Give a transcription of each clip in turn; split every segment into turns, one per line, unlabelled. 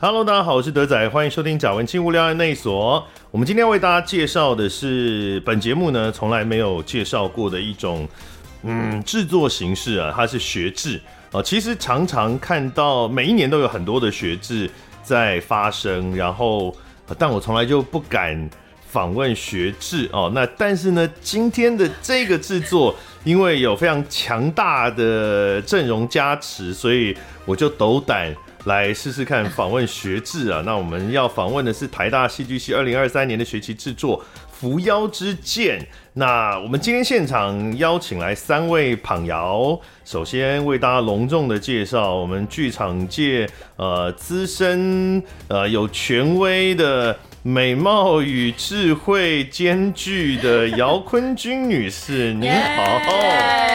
Hello，大家好，我是德仔，欢迎收听《贾文清无聊案内所》。我们今天为大家介绍的是本节目呢从来没有介绍过的一种嗯制作形式啊，它是学制啊。其实常常看到每一年都有很多的学制在发生，然后、呃但我从来就不敢访问学制哦。那但是呢，今天的这个制作，因为有非常强大的阵容加持，所以我就斗胆来试试看访问学制啊。那我们要访问的是台大戏剧系二零二三年的学期制作。扶摇之剑。那我们今天现场邀请来三位昆谣，首先为大家隆重的介绍我们剧场界呃资深呃有权威的美貌与智慧兼具的姚坤君女士，您好。
耶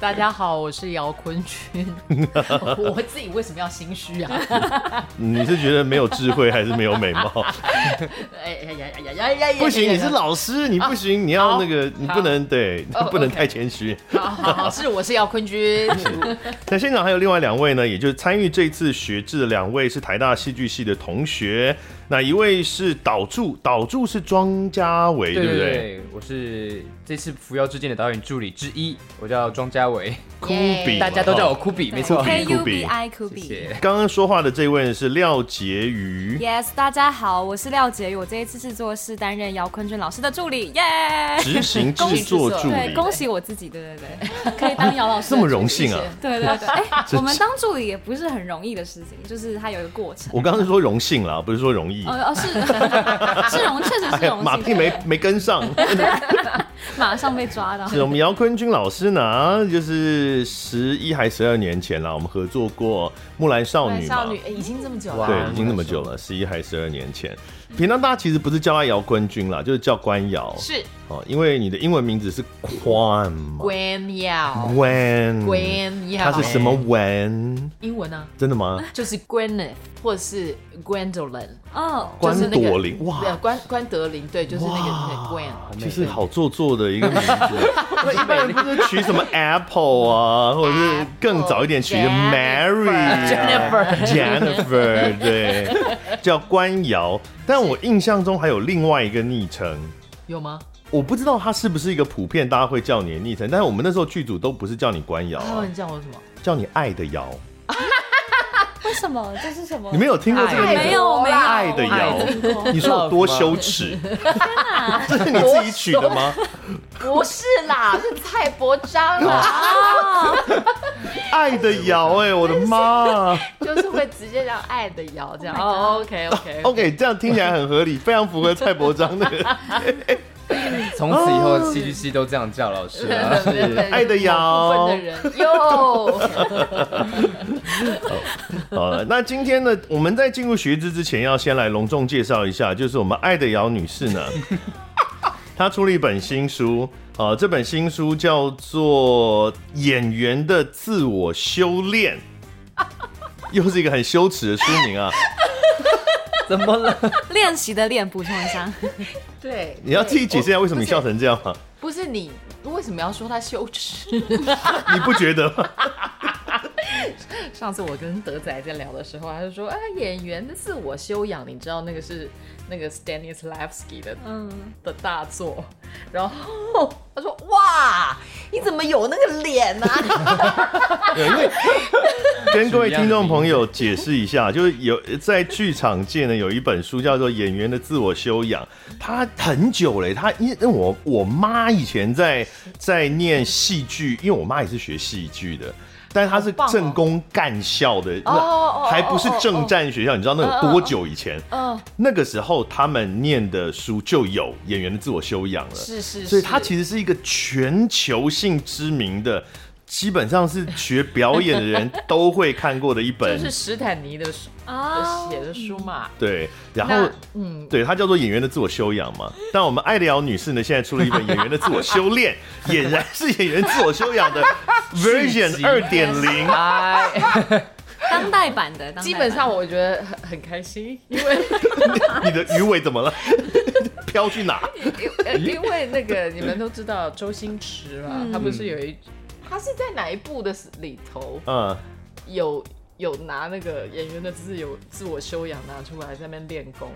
大家好，我是姚坤 君。我自己为什么要心虚啊？
你是觉得没有智慧还是没有美貌？
哎呀呀呀呀呀 呀！
不行，你是老师，你不行，你要那个，你不能对
哦，
不能
OK
太谦 虚。
哎好好好，是我是姚坤君。
那现场还有另外两位呢，也就是参与这次学制的两位是台大戏剧系的同学，那一位是导助，导助是庄家维，对不
对
对？
我是这次《扶摇之剑》的导演助理之一，我叫庄家维，
酷比，
大家都叫我酷比，没错。
酷比
K U B I Q
谢
B。
谢。
刚刚说话的这位是廖杰瑜。
Yes，大家好，我是廖杰宇，我这一次制作是担任姚坤君老师的助理，耶、
执行制作助
对，
理，
恭喜我自己，对对对，
可以当姚老 师，
这么荣幸啊
谢谢！
对对对。哎、我们当助理也不是很荣易的事情，就是它有一个过程。
我刚刚是说荣幸啦，不是说容易。
哦 哦，是是荣，确实是
嗯哎呀
荣幸。
马屁没没跟上，
马上被抓到。
是我们姚坤君老师呢，就是十一还十二年前啦，我们合作过《木兰少女》嘛，
少女、哎已经这么久了，
哇
对，已经那么久了，十一还十二年前。平常大家其实不是叫他姚坤君啦，就是叫关姚
是
哦，因为你的英文名字是宽嘛，
关耀，
关，
关
嗯
耀，
他是什么文？
哎英文呢？
真的吗？
就是 Gwyneth 或者是 Gwendolyn，
哦，
就
关
是那个
朵琳，
对，
哇，
关关德林，对，就是那个那个 Gwen。
其实好做作的一个名字。 那一般人不是取什么 Apple 啊，或者是更早一点取的 Mary 啊
Jennifer
Jennifer，对， 叫关瑶。但我印象中还有另外一个昵称，
有吗？
我不知道它是不是一个普遍大家会叫你的昵称，但是我们那时候剧组都不是叫你关瑶、
他
啊
哦
们，叫我什 么？
叫你爱的瑶。
为什么？这是什么？
你没有听过这个
爱
名
的
字？
哎没有啊没有
爱的
我没有听过
你说我多羞耻？ 这是你自己取的吗？
不是啦，是蔡伯章啊啦，
爱的瑶，哎，我的妈啊
就是会直接叫爱的瑶这样。哦，OK OK
！OK，这样听起来很合理，非常符合蔡伯章那个
从此以后，戏剧系都这样叫老师了。
哦
爱的
部
瑶
分的。人哟，
好了，那今天呢，我们在进入学制之前，要先来隆重介绍一下，就是我们爱的瑶女士呢，她出了一本新书，啊、这本新书叫做《演员的自我修炼》，又是一个很羞耻的书名啊！
怎么了？
练习的练，补充一下。
对，
你要自己解释一下为什么你笑成这样啊吗？
不是你为什么要说他羞耻？
你不觉得吗？
上次我跟德仔在聊的时候，他就说啊，演员的自我修养，你知道那个是那个 Stanislavski 的
嗯，
的大作，然后他说哇，你怎么有那个脸呢、 啊？
跟各位听众朋友解释一下， 就是有在剧场界呢有一本书叫做《演员的自我修养》，它很久了，它因为我我妈以前在在念戏剧，因为我妈也是学戏剧的。但是她是
好棒哦
正宫干校的，
哦哦哦
还不是正战学校，你知道那有多久以前？
嗯，
那个时候他们念的书就有演员的自我修养了。
是是是，
所以它
实
其实是一个全球性知名的，基本上是学表演的人都会看过的一本。
就是史坦尼的书
哦，
写的书嘛。
对，然
那
后
嗯，
对它叫做演员的自我修养嘛。但我们爱聊女士呢，现在出了一本演员的自我修炼，俨然是演员自我修养的 version 二点零。
哎，
当代版的，当代版
基本上我觉得很很开心，因为
你的鱼尾怎么了？ 飘去哪？
呃因为那个你们都知道周星
嗯
驰嘛，他不是有一，他是在哪一部的里头
嗯，
有有拿那个演员的自由自我修养拿出来在那边练功，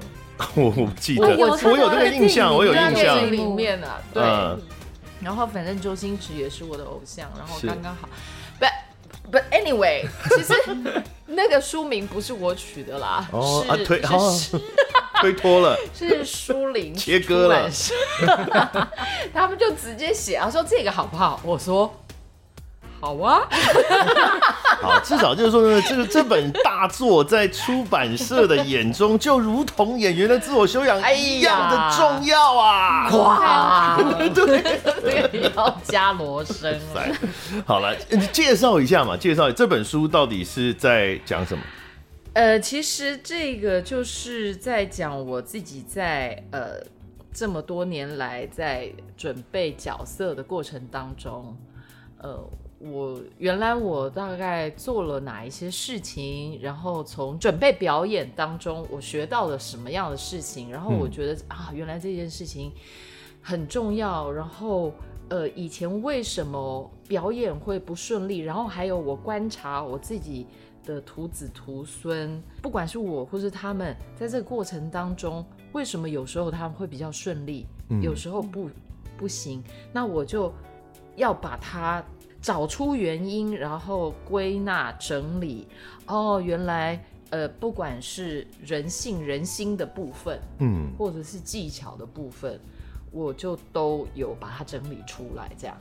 我我不记得，
我
我
有
看
有
到
这
那
个
个
印象，
电影
我有
对啊
印
电
象
影。
里面啊，对。
嗯
然后反正周星驰也是我的偶像，然后
是
刚刚好，but but anyway，其 实那个书名不是我取的啦，
哦
是、
啊推哦
是
推脱了，
是书林
切割了
出版社， 他们就直接写啊，说这个好不好？我说好啊，
好，至少就是说呢，这个这本大作在出版社的眼中，就如同演员的自我修养
哎呀
一样的重要啊！
哇，对，这个也要加罗生啊，
塞好了，你介绍一下嘛，介绍这本书到底是在讲 什么？
呃，其实这个就是在讲我自己在呃这么多年来在准备角色的过程当中，呃，我原来我大概做了哪一些事情，然后从准备表演当中我学到了什么样的事情，然后我觉得、啊，原来这件事情很重要，然后。呃，以前为什么表演会不顺利？然后还有我观察我自己的徒子徒孙，不管是我或是他们，在这个过程当中，为什么有时候他们会比较顺利，有时候不不行？那我就要把它找出原因，然后归纳整理。哦，原来呃，不管是人性、人心的部分，
嗯，
或者是技巧的部分，我就都有把它整理出来。这样，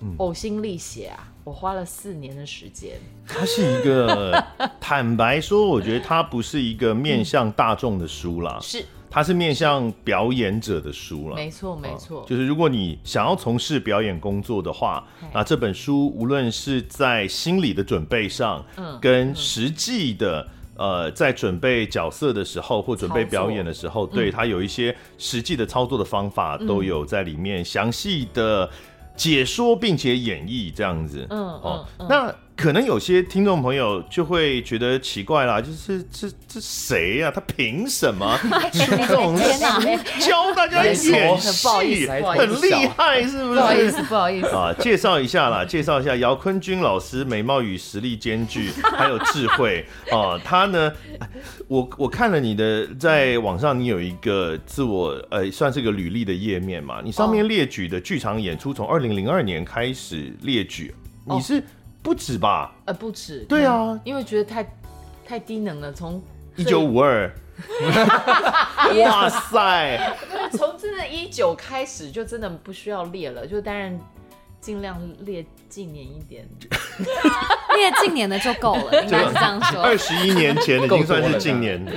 嗯
呕心沥血啊，我花了四年的时间。
它是一个坦白说，我觉得它不是一个面向大众的书啦，
是，
它啊是面向表演者的书啦。
没错，没
啊
错，
就是如果你想要从事表演工作的话
嘿，
那这本书无论是在心理的准备上，
嗯
跟实际的。呃，在准备角色的时候或准备表演的时候，对它有一些实际的操作的方法
嗯
都有在里面详细的解说，并且演绎这样子。
嗯
哦，
嗯嗯
那可能有些听众朋友就会觉得奇怪啦，就是这这谁呀、他凭什 么出这种
天 哪
教大家
来说
演
很
戏？
不好意思不好意思
很厉害，是不
不好意
是？
思，不好意思，
啊，介绍一下啦，介绍一下姚坤君老师，美貌与实力兼具，还有智 慧啊。他呢，我我看了你的，在网上你有一个自我呃，算是个履历的页面嘛，你上面列举的剧场演出从二零零二年开始列举，你是不止吧？
呃，不止。
对啊
嗯因为觉得太太低能了，从
一九五 二，哇塞，
从真的一九开始就真的不需要列了，就当然尽量列近年一点。
列近年的就够 了，
啊
应该是这样说
二。十一年前已经算是近年了。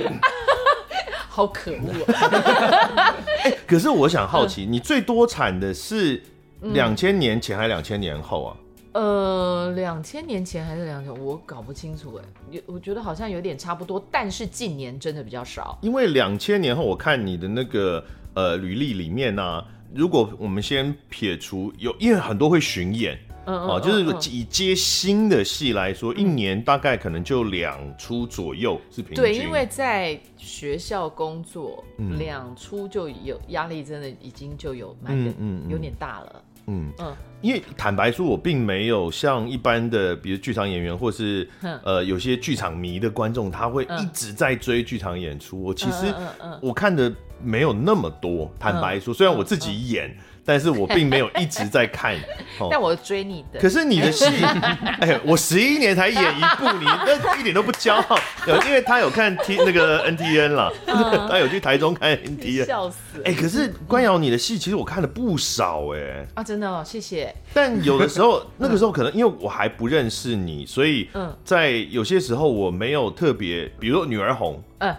好可恶、啊！
可是我想好奇，你最多产的是
嗯
两千年前还两千年后啊？
呃，两千年前还是两千，我搞不清楚哎、有我觉得好像有点差不多，但是近年真的比较少。
因为两千年后，我看你的那个呃履历里面呢、如果我们先撇除有，因为很多会巡演。
嗯嗯，
哦，
嗯
就是
嗯
以接新的戏来说，一年大概可能就两出左右是平均。
对，因为在学校工作，
嗯
两出就有压力，真的已经就有蛮
嗯
有
嗯嗯
有点大了。
嗯
嗯
因为坦白说，我并没有像一般的，比如剧场演员或是
嗯
呃有些剧场迷的观众，他会
嗯
一直在追剧场演出。我其实
嗯嗯嗯嗯嗯
我看的没有那么多，坦白说，虽然我自己演，但是我并没有一直在 看。哦
但我追你的，
可是你 的戏，哎，我十一年才演一部，你那一点都不骄 傲。有，因为他有看 T 那个 NTN 啦， 他有去台中看 NTN。
嗯笑死！
哎，可是关瑶，你的戏其实我看了不少哎、
啊，真的、哦，谢谢。
但有的时 候，那个时候可能因为我还不认识你，所以
嗯
在有些时候我没有特别，比如说女儿红，
嗯，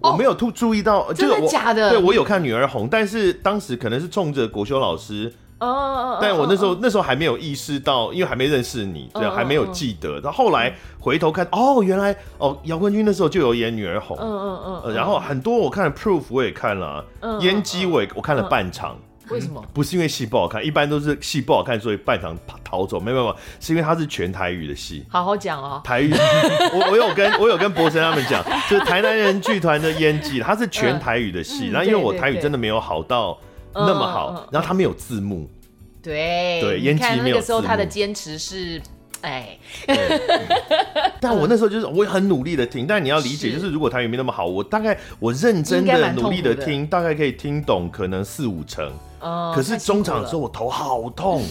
我没有突注意到，呃
真的
就是我
假的
对我有看女儿红，但是当时可能是冲着国修老师，
哦哦哦，
但我那时
哦
候那时候还没有意识到，因为还没认识你，这
嗯
样
嗯
还没有
嗯
记得。到后来回头看，哦，原来哦，姚冠军那时候就有演女儿红，
嗯嗯
呃
嗯，
然后很多我看了 Proof 我也看了啊
嗯，嗯嗯
烟机我也我看了半场。
为什么？
不是因为戏不好看，一般都是戏不好看，所以半场逃逃走。没有没有没有，是因为它是全台语的戏。
好好讲哦。
台语， 我我有跟我有跟博生他们讲，就是台南人剧团的演技，它是全台语的戏。
嗯
然后因为我
对对
台语真的没有好到那么
嗯嗯
好
嗯，
然后他没有字幕，
对
对
你
烟机
看
没
那
有
个时候
字
他的
幕
坚持是哎，
但我那时候就是我很努力的听，但你要理解，
是
就是如果台语没那么好，我大概我认真
应该
的
蛮痛苦
努
的
力的听，大概可以听懂可能四五成。
哦
可是中场的时候，
候，
我头好痛，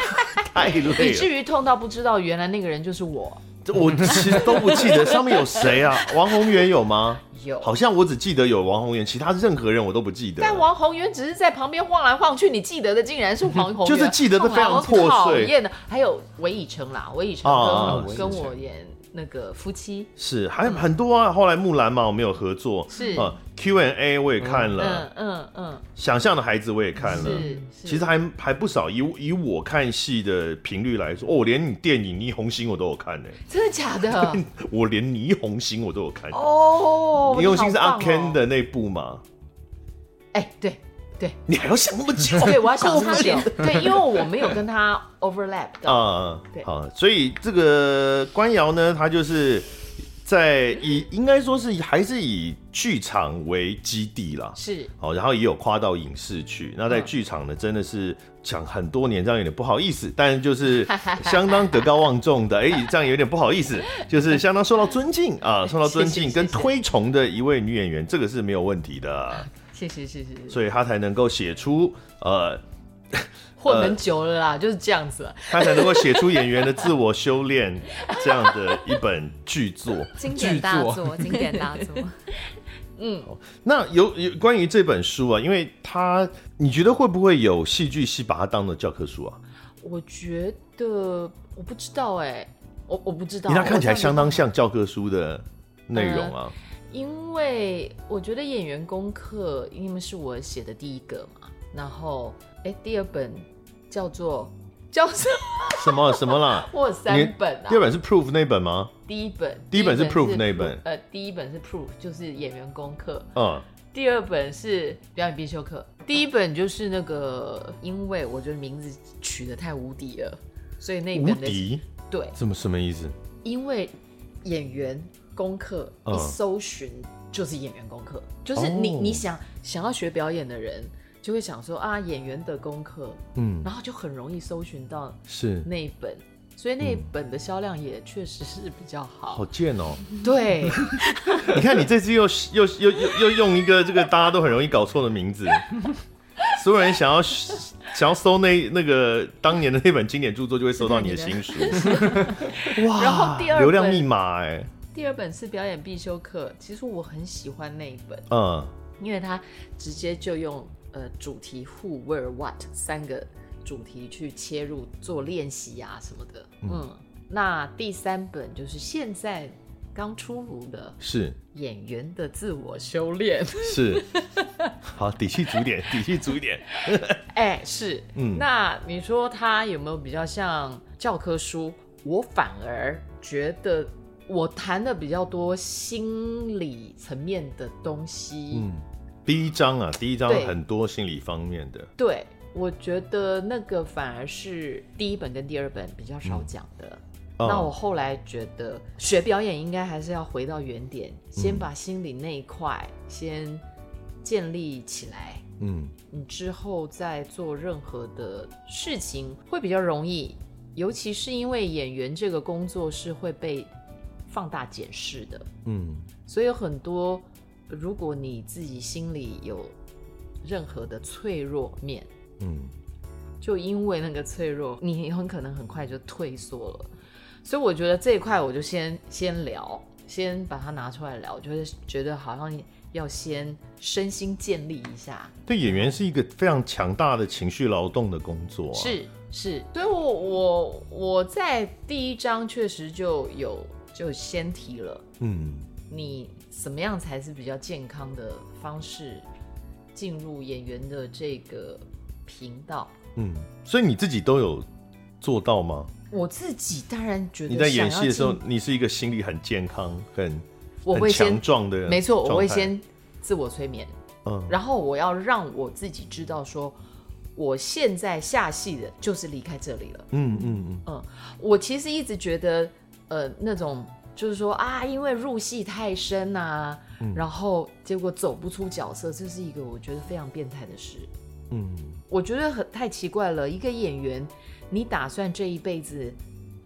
太累
以
了
至。于痛到不知道原来那个人就是我。
这我其实都不记得上面有谁啊？王宏源有吗？
有，
好啊像我只记得有王宏源，其他任何人我都不记得。
但王宏源只是在旁边晃来晃去，你记得的竟然是王宏源，
就是记得得非常破碎
好讨厌的。还有韦以诚啦，韦以诚
啊
跟
韦以
跟
诚
我演那个夫妻，
是还有很多啊。后来木兰嘛，我们有合作。
是
呃 Q&A 我也看了，
嗯嗯嗯，
想象的孩子我也看了。
是，是
其实还还不少，以以我看戏的频率来说，哦，我连你电影《霓虹星》我都有看呢、
真的假的？
我连《霓虹星》我都有看。
哦，
霓虹星是
你好
阿
棒哦
Ken，的那部嘛？
哎，对对
你还要想那么久？
对，我要 想
够
他点，对，因为我没有跟他 overlap 到，
啊
对，
好，所以这个官窑呢，它就是在以应该说是以还是以剧场为基地啦。
是
好，然后也有跨到影视去。那
嗯
在剧场呢，真的是讲很多年，这样有点不好意思，但就是 相当德高望重的，哎，这样有点不好意思，就是相当受到尊敬 啊，受到尊
谢谢
敬
谢
跟
谢啊
推崇的一位女演员，这个是没有问题的，
是是是是，
所以她才能够写出呃，
混很久了啦，就是这样子啊，
她才能够写出演员的自我修 炼这样的一本巨作。
经典大
巨
作，经典大 作。
那有有关于这本书啊，因为它，你觉得会不会有戏剧系把它当了教科书啊？
我觉得我不知道哎，我我不知道，
你那看起来
我
相当像教科书的内容啊，
嗯因为我觉得演员功课，因为是我写的第一个嘛，然后哎，第二本叫做叫什么？
什么什么啦？
我有三本啊
第，二本是 Proof 那本吗？
第一本，
第一本是 proof 那一本
呃，第一本是 proof，就是演员功课，
嗯，
第二本是表演必修课，第一本就是那个，因为我觉得名字取得太无敌了，所以那一
无
本的
敌，
对，
什么什么意思？
因为演员功课
嗯
一搜寻就是演员功课，就是你、
哦
你想想要学表演的人就会想说啊演员的功课，
嗯，
然后就很容易搜寻到
是，
那一本，所以那一本的销量也确实是比较好。
好贱哦！
对，
你看你这次又又又又又用一个这个大家都很容易搞错的名 字，所有人想要想要搜那那个当年的那本经典著作，就会搜到你的新 书。哇，
然后第二本
流量密码哎、
第二本是表演必修课，其实我很喜欢那一本，
嗯，
因为它直接就用呃主题 who where what 三个主题去切入做练习啊什么的。嗯那第三本就是现在刚出炉的
是
演员的自我修炼。
是，好，底气足一点，底气足一点。
哎、是，
嗯
嗯，那你说它有没有比较像教科书？我反而觉得我谈的比较多心理层面的东西。
嗯，第一章啊，第一章
对
很多心理方面的，
对，我觉得那个反而是第一本跟第二本比较少讲的。
嗯
那我后来觉得学表演应该还是要回到原点，先把心理那一块先建立起来，
嗯，
你之后再做任何的事情会比较容易。尤其是因为演员这个工作是会被放大检视的，
嗯，
所以有很多，如果你自己心里有任何的脆弱面，
嗯，
就因为那个脆弱，你很可能很快就退缩了。所以我觉得这一块我就先先聊，先把它拿出来聊，就是觉得好像要先身心建立一下。
对，演员是一个非常强大的情绪劳动的工作、啊，，
是是，所以我我我在第一章确实就有就先提了，
嗯，
你怎么样才是比较健康的方式进入演员的这个频道？
嗯，所以你自己都有做到吗？
我自己当然觉得
你在演
想
戏
要
的时候
进，
你是一个心理很健康、很
我
很
会
强
先
壮的，
没错，我会，先自我催眠，
嗯，
然后我要让我自己知道说，我现在下戏的就是离开这里了。
嗯嗯嗯，
我其实一直觉得，呃，那种就是说啊，因为入戏太深啊，然后结果走不出角色，这是一个我觉得非常变态的事。
嗯，
我觉得很太奇怪了，一个演员，你打算这一辈子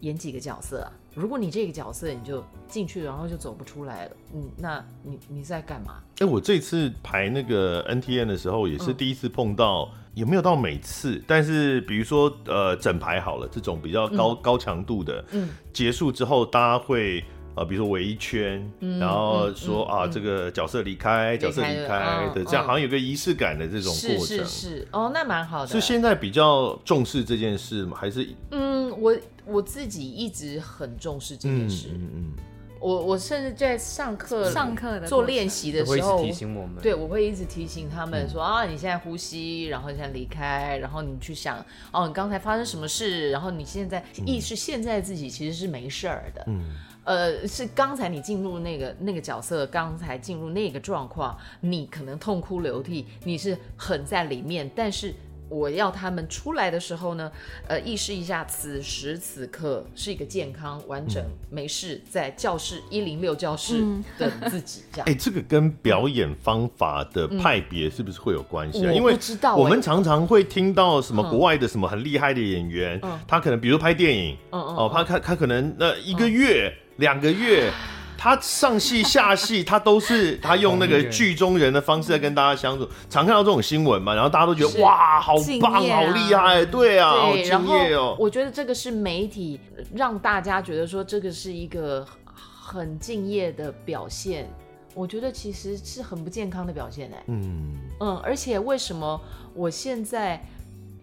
演几个角色啊？如果你这个角色你就进去，然后就走不出来了，嗯，那你你在干嘛？
哎、我这次排那个 NTN 的时候，也是
嗯
第一次碰到，也没有到每次，但是比如说呃整排好了，这种比较高、高强度的，
嗯，
结束之后大家会。呃，比如说围一圈，
嗯
然后说、啊，这个角色离开，角色
离开
离
了
开
嗯
对，这样
嗯
好像有个仪式感的这种
是
过程。
是是，哦，那蛮好的。
是现在比较重视这件事吗？还是
嗯，我我自己一直很重视这件事。
嗯
我我甚至在上课
上课的过
做
程
练习的
都会
时
一直
候，
提醒我们。
对，我会一直提醒他
嗯
们说、啊，你现在呼吸，然后现在离开，然后你去想哦，你刚才发生什么事，然后你现在意识现在自己其实是没事儿的，
嗯
呃，是刚才你进入那个那个角色，刚才进入那个状况，你可能痛哭流涕，你是很在里面，但是。我要他们出来的时候呢，呃，意识一下此时此刻是一个健康、完整、
嗯
没事，在教室一零六教室
嗯
的自己，这样。
哎、这个跟表演方法的派别是不是会有关系啊？
嗯我
因为
不知道
我
哎
们常常会听到什么国外的什么很厉害的演员，
嗯
他可能比如拍电影，
嗯嗯
哦，他他他可能那一个月、两个月。他上 戏下戏，他都是他用那个剧中人的方式在跟大家相处，常看到这种新闻嘛，然后大家都觉
是
得哇，好
敬
棒，
业啊
好厉害，对啊，好
对，然
敬
后
业哦。
我觉得这个是媒体让大家觉得说这个是一个很敬业的表现，我觉得其实是很不健康的表现哎、
嗯，
嗯，而且为什么我现在？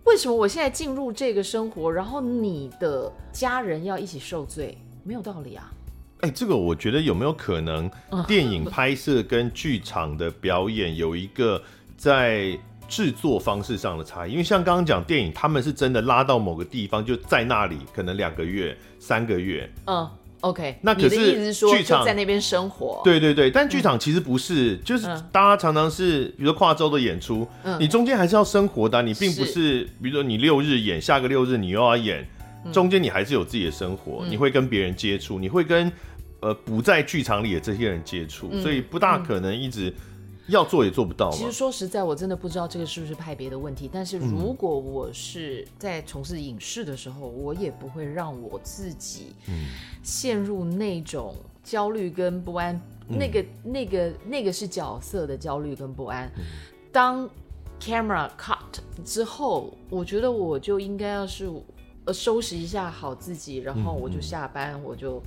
为什么我现在进入这个生活，然后你的家人要一起受罪，没有道理啊！
哎、这个我觉得有没有可能， 电影拍摄跟剧场的表演有一个在制作方式上的差异？因为像刚刚讲电影，他们是真的拉到某个地方就在那里，可能两个月、三个月。
嗯，OK，
那可
你的意
是
思是说
剧场
就在那边生活？，
对对对，但剧场其实不是，就是
嗯
大家常常是，比如说跨州的演出，
嗯
你中间还是要生活的啊、你并不
是嗯
是，比如说你六日演，下个六日你又要演，中间你还是有自己的生活，你会跟别人接触，你会跟呃不在剧场里的这些人接触，所以不大可能一直要做也做不到嘛
嗯其实。说实在，我真的不知道这个是不是派别的问题。但是如果我是在从事影视的时候，我也不会让我自己陷入那种焦虑跟不安。那个、那个、那个是角色的焦虑跟不安。当 camera cut 之后，我觉得我就应该要是呃收拾一下好自己，然后我就下班，我就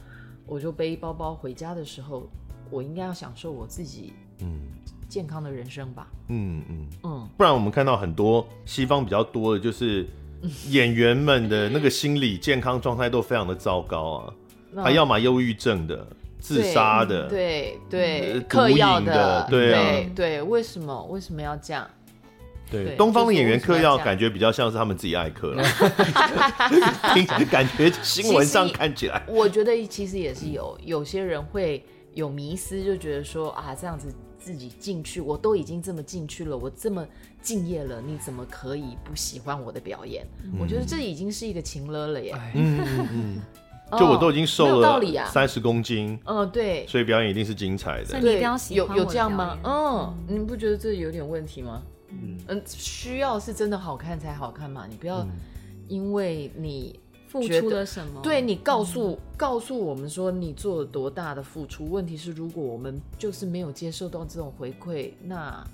我就背包包回家的时候，我应该要享受我自己
嗯
健康的人生吧。
嗯嗯，
嗯，
不然我们看到很多西方比较多的 就是。演员们的那个心理健康状态都非常的糟糕啊，
那
他要么忧郁症的、自
对嗯
杀的，
对对
呃
嗑药
毒瘾的对啊
对对，为什么为什么要这样？对
对，东方的演员嗑
就是我
药
们家
感觉比较像是他们自己爱嗑 了，听感觉新闻上看起来，
我觉得其实也是有有些人会有迷思，就觉得说啊，这样子自己进去，我都已经这么进去了，我这么敬业了，你怎么可以不喜欢我的表演？我觉得这已经是一个情勒了耶。
哎
嗯嗯嗯，
哦
就我都已经
没
瘦
有道
了
理啊。
三十公斤，
嗯，对，
所以表演一定是精彩的
所以。你一
对，
定要喜欢
有
我
有
的
这样
表
吗
演？
嗯，你不觉得这有点问题吗？
嗯。
嗯，需要是真的好看才好看嘛，你不
嗯
要因为你
付
觉
出
得
了什么？
对你告诉、告诉我们说你做了多大的付出，问题是如果我们就是没有接受到这种回馈，那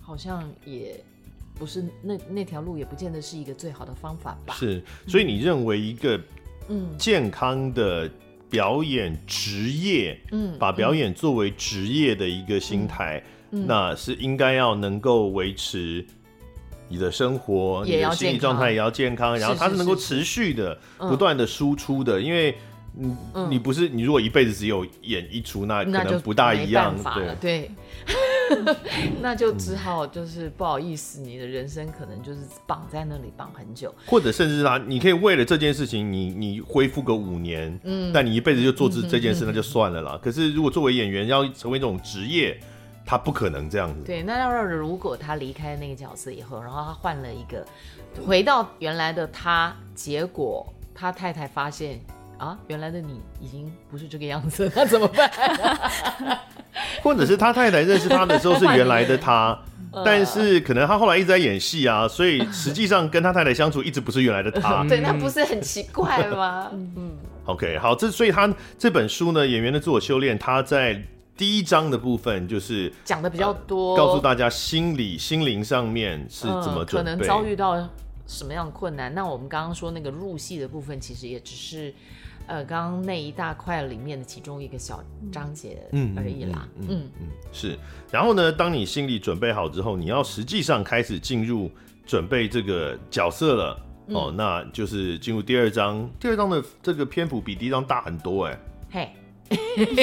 好像也不是那那条路也不见得是一个最好的方法吧？
是，所以你认为一个
嗯
健康的表演职业，
嗯，嗯
把表演作为职业的一个心态，那是应该要能够维持你的生活，
也
你
要
的心理
健康
状态也要健康，然后
是
它
是
是能够
是是
持续的、
嗯
不断的输出的，因为。你你不是你，如果一辈子只有演一出，那可
那就
能不大
没
一样
办。法了
对，嗯
对， 那就只好就是不好意思，你的人生可能就是绑在那里绑很久。
或者甚至啊，你可以为了这件事情，你你恢复个五年，嗯，但你一辈子就做这这件
嗯
事，那就算了啦。可是如果作为演员要成为一种职业，他不可能这样子。
对，那要让如果他离开那个角色以后，然后他换了一个，回到原来的他，结果他太太发现啊，原来的你已经不是这个样 子，那怎么办？
或者是他太太认识他的时候是原来的他，
嗯
但是可能他后来一直在演戏啊，所以实际上跟他太太相处一直不是原来的他 嗯
对，那不是很奇怪吗？嗯
OK，好，这所以他这本书呢，《演员的自我修炼》，他在第一章的部分就是
讲的比较多，
呃告诉大家心理、心灵上面是怎么
嗯、可
准
能
备。
遭遇到什么样的困难。那我们刚刚说那个入戏的部分，其实也只是呃刚刚那一大块里面的其中一个小章节而已啦。嗯，
是，然后呢，当你心理准备好之后，你要实际上开始进入准备这个角色了。
嗯
哦，那就是进入第二章，第二章的这个篇幅比第一章大很多哎、
嘿。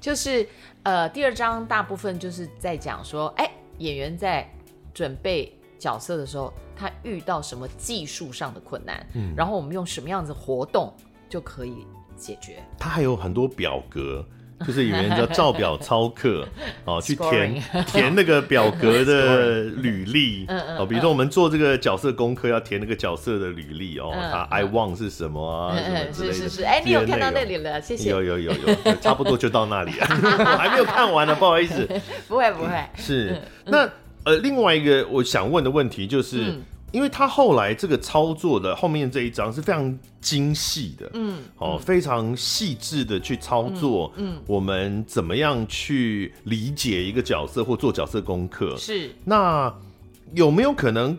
就是呃，第二章大部分就是在讲说，哎、演员在准备角色的时候，他遇到什么技术上的困难，嗯，然后我们用什么样子活动就可以解决。
它还有很多表格，就是有人叫照表操 课哦，去填填那个表格 的履历
嗯
哦，比如说我们做这个角色功课要填那个角色的履历哦，
嗯
他 I want 是什么啊，什么
嗯，
之类
是
的。
是是，哎、你有
这些
看到
内
那
容
里了，谢谢
哦有。有有有，差不多就到那里了， 我还没有看完呢，不好意思。
不会不
嗯
会，
是，那呃，另外一个我想问的问题就是，
嗯
因为他后来这个操作的后面这一章是非常精细的，
嗯，
哦，非常细致的去操作，嗯，我们怎么样去理解一个角色或做角色功课？
是
那有没有可能，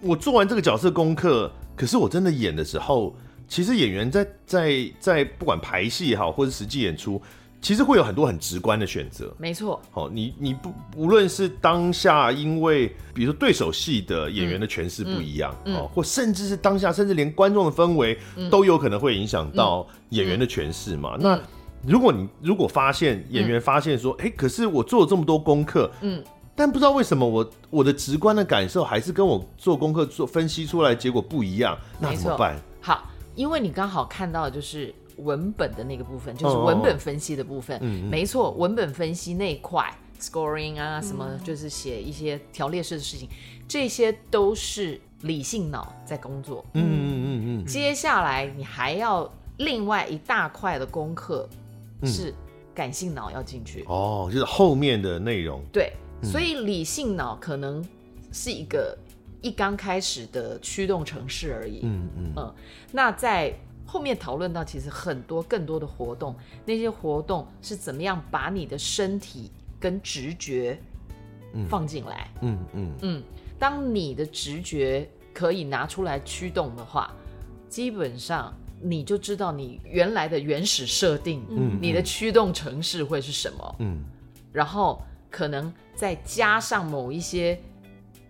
我做完这个角色功课，可是我真的演的时候，其实演员在在在不管排戏也好，或者实际演出，其实会有很多很直观的选择。
没错，
好、哦你你不无论是当下，因为比如说对手戏的演员的诠释
嗯
不一样、哦，或甚至是当下，甚至连观众的氛围
嗯
都有可能会影响到演员的诠释嘛。那如果你如果发现演员发现说，哎、可是我做了这么多功课，
嗯，
但不知道为什么我我的直观的感受还是跟我做功课做分析出来的结果不一样，那
没
怎么
错
办？
好，因为你刚好看到的就是文本的那个部分，就是
哦嗯
文本分析的部分，没错，文本分析那一块 scoring 啊，什么就是写一些条列式的事情，这些都是理性脑在工作。
嗯嗯嗯嗯，
接下来你还要另外一大块的功课是感性脑要进去，
嗯哦，嗯就是后面的内容，
对，所以理性脑可能是一个一刚开始的驱动城市而已。
嗯嗯，
嗯，那在后面讨论到，其实很多更多的活动，那些活动是怎么样把你的身体跟直觉放进来？
嗯嗯
嗯，当你的直觉可以拿出来驱动的话，基本上你就知道你原来的原始设定，
嗯
你的驱动程式会是什么，
嗯，
然后可能再加上某一些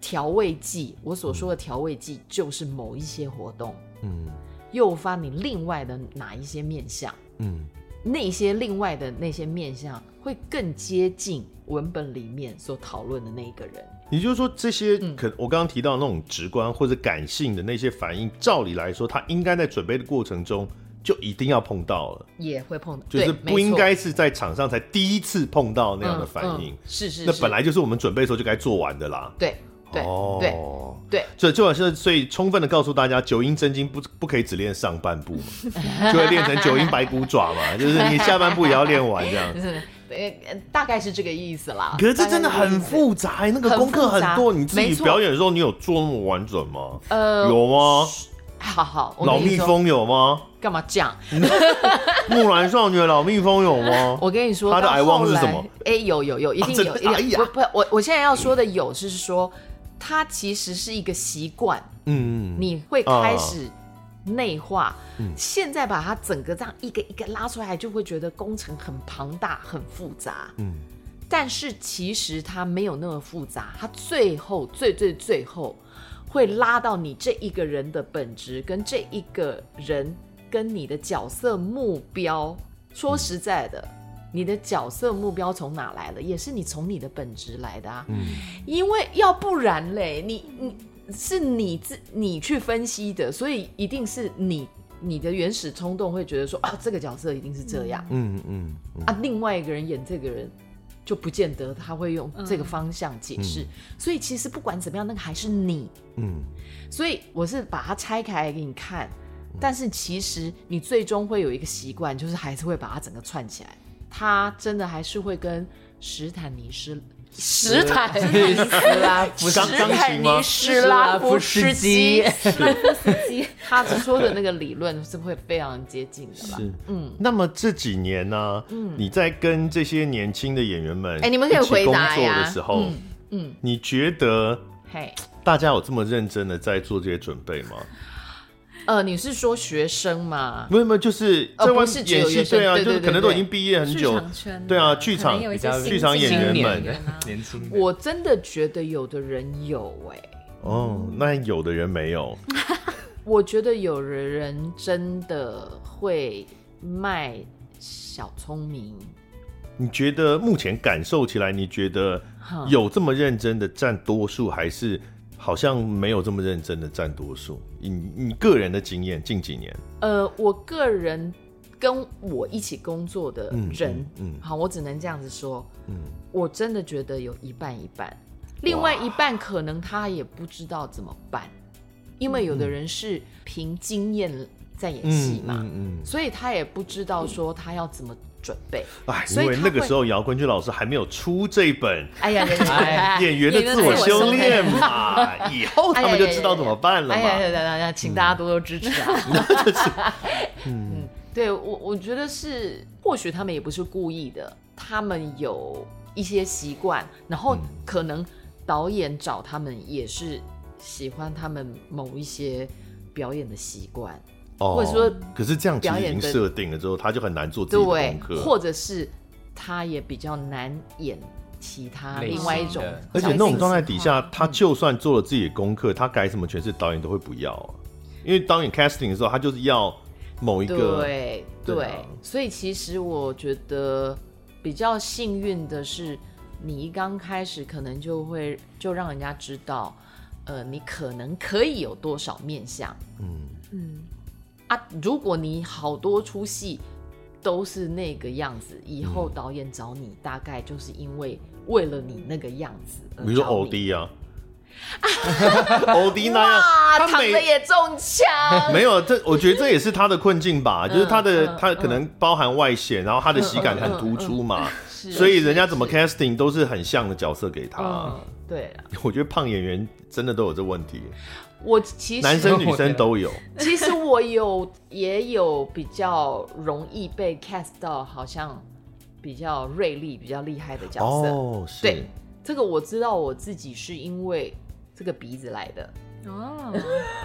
调味剂。我所说的调味剂就是某一些活动。
嗯
诱发你另外的哪一些面相，
嗯
那些另外的那些面相会更接近文本里面所讨论的那一个人。
也就是说，这些
嗯
可我刚刚提到那种直观或者感性的那些反应，照理来说，他应该在准备的过程中就一定要碰到了，
也会碰到，
就是
对没
不应
错
该是在场上才第一次碰到那样的反应
嗯。嗯是是，
那
是
本来就是我们准备的时候就该做完的啦。
对对对
哦，
对，
所以就好像所以充分的告诉大家，九阴真经不不可以只练上半部嘛， 就会练成九阴白骨爪嘛，就是你下半部也要练完这样。
是呃大概是这个意思啦。
可是这真的
大
很
概是这个意思
复杂、欸那个
很
功课
复杂
很多，你自己
没错
表演的时候，你有做那么完整吗？
呃，
有吗？
好好，我跟
老
你
蜜
说
蜂有吗？
干嘛这样？
木兰少女的老蜜蜂有吗？
我跟你说，
哦他的
到
I want
后
是什
来
么？
哎，有有有，一定
真
有，
的
一定
哎呀
有。不不，我我现在要说的有是说，它其实是一个习惯，
嗯，
你会开始内化。现在把它整个这样一个一个拉出来，就会觉得工程很庞大、很复杂。
嗯
但是其实它没有那么复杂，它最后最最最后会拉到你这一个人的本质，跟这一个人跟你的角色目标。说实在的，你的角色目标从哪来的，也是你从你的本质来的啊。
嗯
因为要不然嘞，你你是你自你去分析的，所以一定是你你的原始冲动会觉得说啊，这个角色一定是这样、
嗯嗯嗯，
啊，另外一个人演这个人。就不见得他会用这个方向解释，所以其实不管怎么样，那个还是你。
嗯
所以我是把它拆开来给你看，但是其实你最终会有一个习惯，就是还是会把它整个串起来。他真的还是会跟史坦尼斯
史坦
尼斯拉夫
钢
史
钢
坦
琴吗
尼斯拉夫斯基，
他说的那个理论是会非常接近的啦。
是，嗯，那么这几年呢、你在跟这些年轻的演员们，
哎你们可以回答呀
工作的时候，嗯，你觉得
嘿，
大家有这么认真的在做这些准备吗？
呃，你是说学生吗？
没有没有，就是
呃
在外
不是只有
演戏，
学生
对啊，
对
就是
对对
可能都已
对
经毕业很
剧
久，
场圈的
对啊
可能
剧场
有一些
比较
新
剧场
进
演员
青
的
们
年
人 啊
的年轻的，
我真的觉得有的人有哎、
哦，那有的人没有，
我觉得有的人真的会卖小聪明，
你觉得目前感受起来，你觉得
哈
有这么认真的占多数，还是好像没有这么认真的占多数？你你个人的经验，近几年，
呃，我个人跟我一起工作的人，
嗯嗯嗯
好，我只能这样子说，
嗯，
我真的觉得有一半一半，另外一半可能他也不知道怎么办，因为有的人是凭经验在演戏嘛，
嗯，
所以他也不知道说他要怎么准备。
哎，
所
因
以
为
他
那个
会
时候姚坤君老师还没有出这本
哎呀呀
啊
呀呀呀！
演 员的自我修炼嘛，以后他们就知道怎么办了
哎呀呀
嘛。
呀呀！请大家多多支持啊！ 嗯，对我我觉得是，或许他们也不是故意的，他们有一些习惯，然后
嗯
可能导演找他们也是喜欢他们某一些表演的习惯，
哦
或者说
可是这样其实
表
已
演
经
的
设定了之后，他就很难做自己的
对
功，课。
或者是他也比较难演其他
类型
另外一种
的，
而且那种状态底下，他就算做了自己的功课，他改什么诠释，导演都会不要啊。因为导演 casting 的时候，他就是要某一个
对
对
对
啊
所以其实我觉得比较幸运的是，你一刚开始可能就会就让人家知道，呃，你可能可以有多少面相
嗯
嗯，
啊。如果你好多出戏都是那个样子，以后导演找你大概就是因为为了你那个样子而找
比
你
如说欧弟啊，欧弟那样，
哇，
他
躺
每
着也中枪，
没有这，我觉得这也是他的困境吧，就是他的
嗯
他可能包含外显，然后他的喜感很突出嘛，所以人家怎么 casting 都是很像的角色给他
嗯。，对了，
我觉得胖演员真的都有这问题，
我其实
男生女生都有。
其实我有也有比较容易被 cast 到，好像比较锐利、比较厉害的角色。
哦，是
对，这个我知道我自己是因为这个鼻子来的，
哦，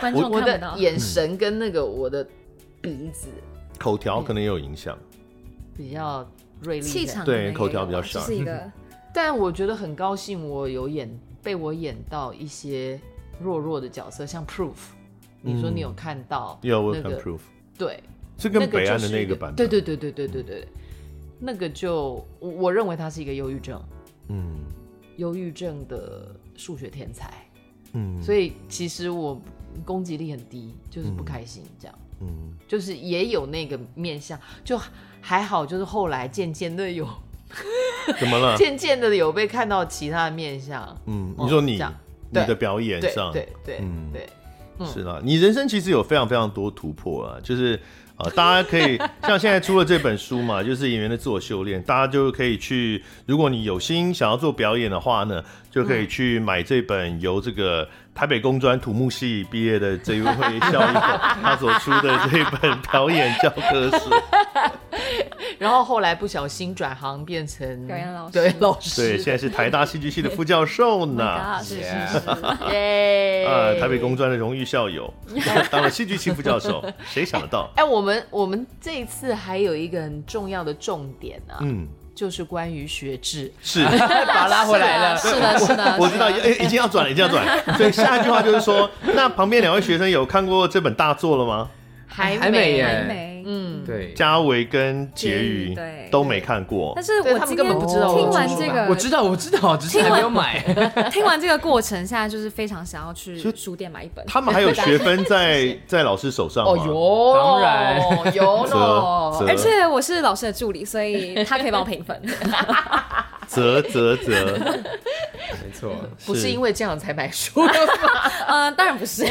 观众
我
看不
的
到，
眼神跟那个我的鼻子
口条可能也有影响。
比较锐利
气场
对
可能也有
口条比较
这
少嗯
是一个
但我觉得很高兴，我有演被我演到一些弱弱的角色，像 Proof，你说你有看到
嗯有
那个
welcome proof，
对，
是
那
跟
个
北
就
岸的
是
那
一
个版本。
对对对对对对对，那个就我我认为他是一个忧郁症，
嗯
忧郁症的数学天才，
嗯，
所
以
以其实我攻击力很低，就是不开心这样，
嗯，
就是也有那个面相，就还好，就是后来渐渐的有
怎么了？
渐渐的有被看到其他的面相，
嗯，
哦
你说你
这样
你的
对
表演
对
上，
对对
嗯
对，
是啦，你人生其实有非常非常多突破啊，就是呃，大家可以像现在出了这本书嘛，就是演员的自我修炼，大家就可以去，如果你有心想要做表演的话呢，就
嗯
可以去买这本由这个台北工专土木系毕业的这一位校友他所出的这本表演教科 书。
然后后来不小心转行变成
表演老师
对老师，
对，现在是台大戏剧系的副教授呢，
Oh
啊，是 是
Yeah
是，
耶，
呃，台北工专的荣誉校友，当了戏剧系副教授，谁想得到？
哎、我们我们这一次还有一个很重要的重点啊，
嗯，
就是关于学制。
是。
把他拉回来了。
是的，是 的，
啊我知道，哎、已经要转了，已经要转了。所以下一句话就是说， 那旁边两位学生有看过这本大作了吗？
哎还
还没耶
还没，
嗯，
嗯。
对，
嘉维跟婕妤
对
都没看过
但。是
对
我
他们
今
根
天
本不知道我
听
有
完
出
这
书
个，
我知道，我知道，只是还没有买。
听完这个过程，现在就是非常想要去书店买一本。
他们还有学分在在老师手上吗？
哦哟，
当然
有
啧
喽。
而且我是老师的助 理，所以他可以帮我评分。
啧啧啧，
没错，
不
是
是因为这样才买书的 吧？
呃，当然不是，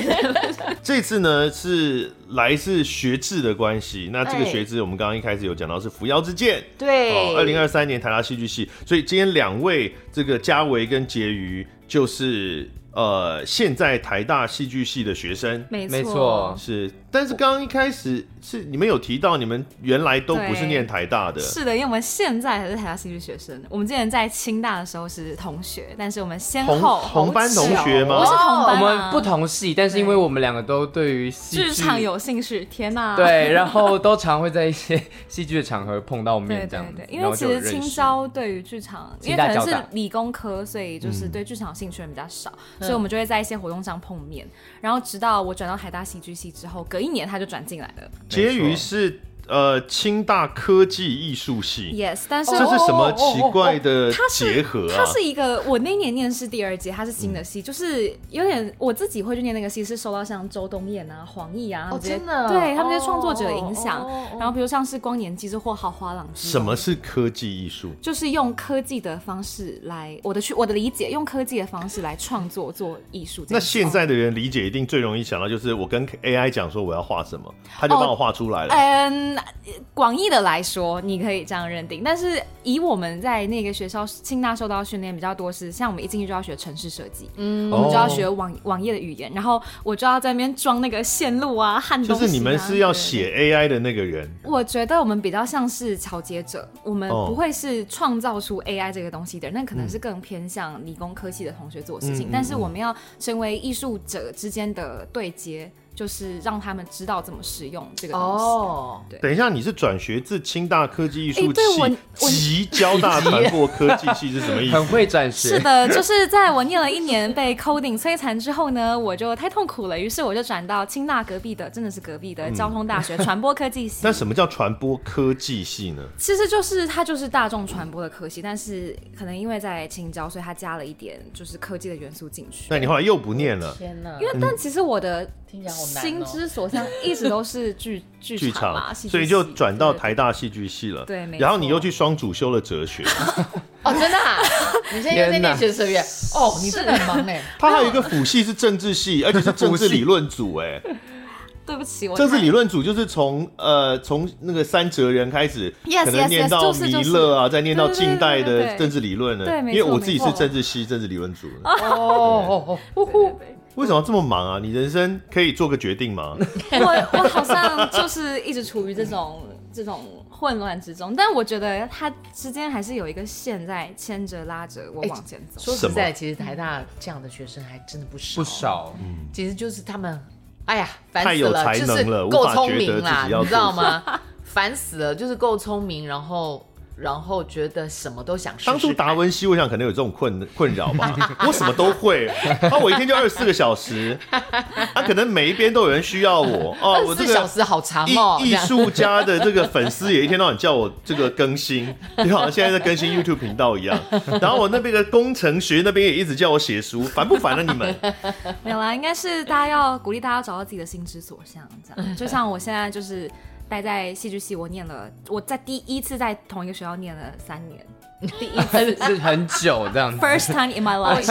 这次呢是来自学制的关系，那这个
哎
学制我们刚刚一开始有讲到是扶摇之剑，
对，
哦，二零二三年台大戏剧系，所以今天两位这个嘉维跟婕妤就是呃现在台大戏剧系的学生。
没
没
嗯
错
是，但是刚刚一开始是你们有提到，你们原来都不是
对
念台大的，
是的，因为我们现在还是台大戏剧学生，我们之前在清大的时候是同学，但是我们先
同
后
同班同学
不是
吗？
同
我
班、啊，
们不同系，但是因为我们两个都对于戏剧
剧场有兴趣，天哪、
对，然后都常会在一些戏剧的场合碰到面
对
这
对
样子
对，，因
然
为
后
其
就有
实
认
青
识
招对于剧场，因
清
为
大
可能
交
是
大
理工科，所以
嗯
就是对剧场有兴趣的人比较少，所以我们就会在一些活动上碰面。然后直到我转到台大戏剧系之后，隔一年他就转进来了。
婕妤
没错
是呃清大科技艺术系，
Yes，但是
哦这是什么
哦
奇怪的
它是
结合啊嗯
它？是一个我那年念是第二届，它是新的戏，就是有点我自己会去念那个戏，是受到像周冬燕啊、黄奕啊，他
哦
们这些
真的
对他们这
哦
些创作者的影响
哦哦哦。
然后比如像是光年记是或好花郎之类的
什么是科技艺术？
就是用科技的方式来，我的去我的理解，用科技的方式来创作做艺术这
那
件事。
现在的人理解一定最容易想到就是我跟 AI 讲说我要画什么，他
哦
就帮我画出来了。
嗯，广义的来说，你可以这样认定，但是以我们在那个学校清大受到训练比较多是，像我们一进去就要学城市设计，嗯，
哦
我们就要学网网页的语言，然后我就要在那边装那个线路啊、焊
就
东西、啊。
是你们是要
对
写 AI 的那个人，
我觉得我们比较像是桥接者，我们
哦
不会是创造出 AI 这个东西的人，那可能是更偏向理工科系的同学做事
嗯
情。
嗯嗯
但是我们要成为艺术者之间的对接，就是让他们知道怎么使用这个东西。
哦，
等一下，你是转学自清大科技艺术
哎对我
系
我
及交大传播科技系是什么意思
很？会展示，
是的，就是在我念了一年被 coding 摧残之后呢，我就太痛苦了，于是我就转到清大隔壁的，真的是隔壁的
嗯
交通大学传播科技系。
那什么叫传播科技系呢？
其实就是它就是大众传播的科系，但是可能因为在青椒，所以它加了一点就是科技的元素进去。
那你后来又不念了，
天哪！
嗯
因为但其实我的
听起来好难
心
哦。
之所向一直都是剧剧
剧
场嘛，
场，
戏剧
所以就
系
转到
对
台大戏剧系了。
对没
然后你
错
又去双主修了哲学，
哦，真的啊？你现在又在
天哪
念学生院？哦，你真的很 忙哎。
他还有一个辅系是政治系，而且是政治理论组、哎。
对不起，我
政治
太
理论组就是从呃从那个三哲人开始
Yes,
可能
yes,
念到
yes，就是
弥勒啊，再念到
对对
近代
对对
的
对
政治理论呢。
对没
因为
错
我自己
没
是
错
政治系政治理论组的。
哦哦哦，呼
为什么要这么忙啊？你人生可以做个决定 吗？
我我好像就是一直处于这种这种混乱之中，但我觉得它之间还是有一个线在牵着拉着我
哎
往前走。
说
什
实
么
在，其实台大这样的学生还真的不少，
不。少，
其实就是他们，哎呀，烦
太
死
有
了，
才能了
就
无法
是够聪
觉得
明啦
自，己要
你知道
做
吗？烦死了，就是够聪明，然后然后觉得什么都想试试
当初
看
达文西，我想可能有这种困困扰 吧。我什么都会，啊，我一天就二十四个小时，啊，可能每一边都有人需要我哦、
二
我
十
这
四小
个。
时好长哦，
艺艺
这样
术家的这个粉丝也一天到晚叫我这个更 新，就好像现在在更新 YouTube 频道一样。然后我那边的工程学那边也一直叫我写书，烦不烦啊你 们？
没有啦，应该是大家要鼓励大家找到自己的心之所向，这 样。就像我现在就是待在戏剧系，我念了，我在第一次在同一个学校念了三 年
第一次
是很久这样 子。
，first time in my life，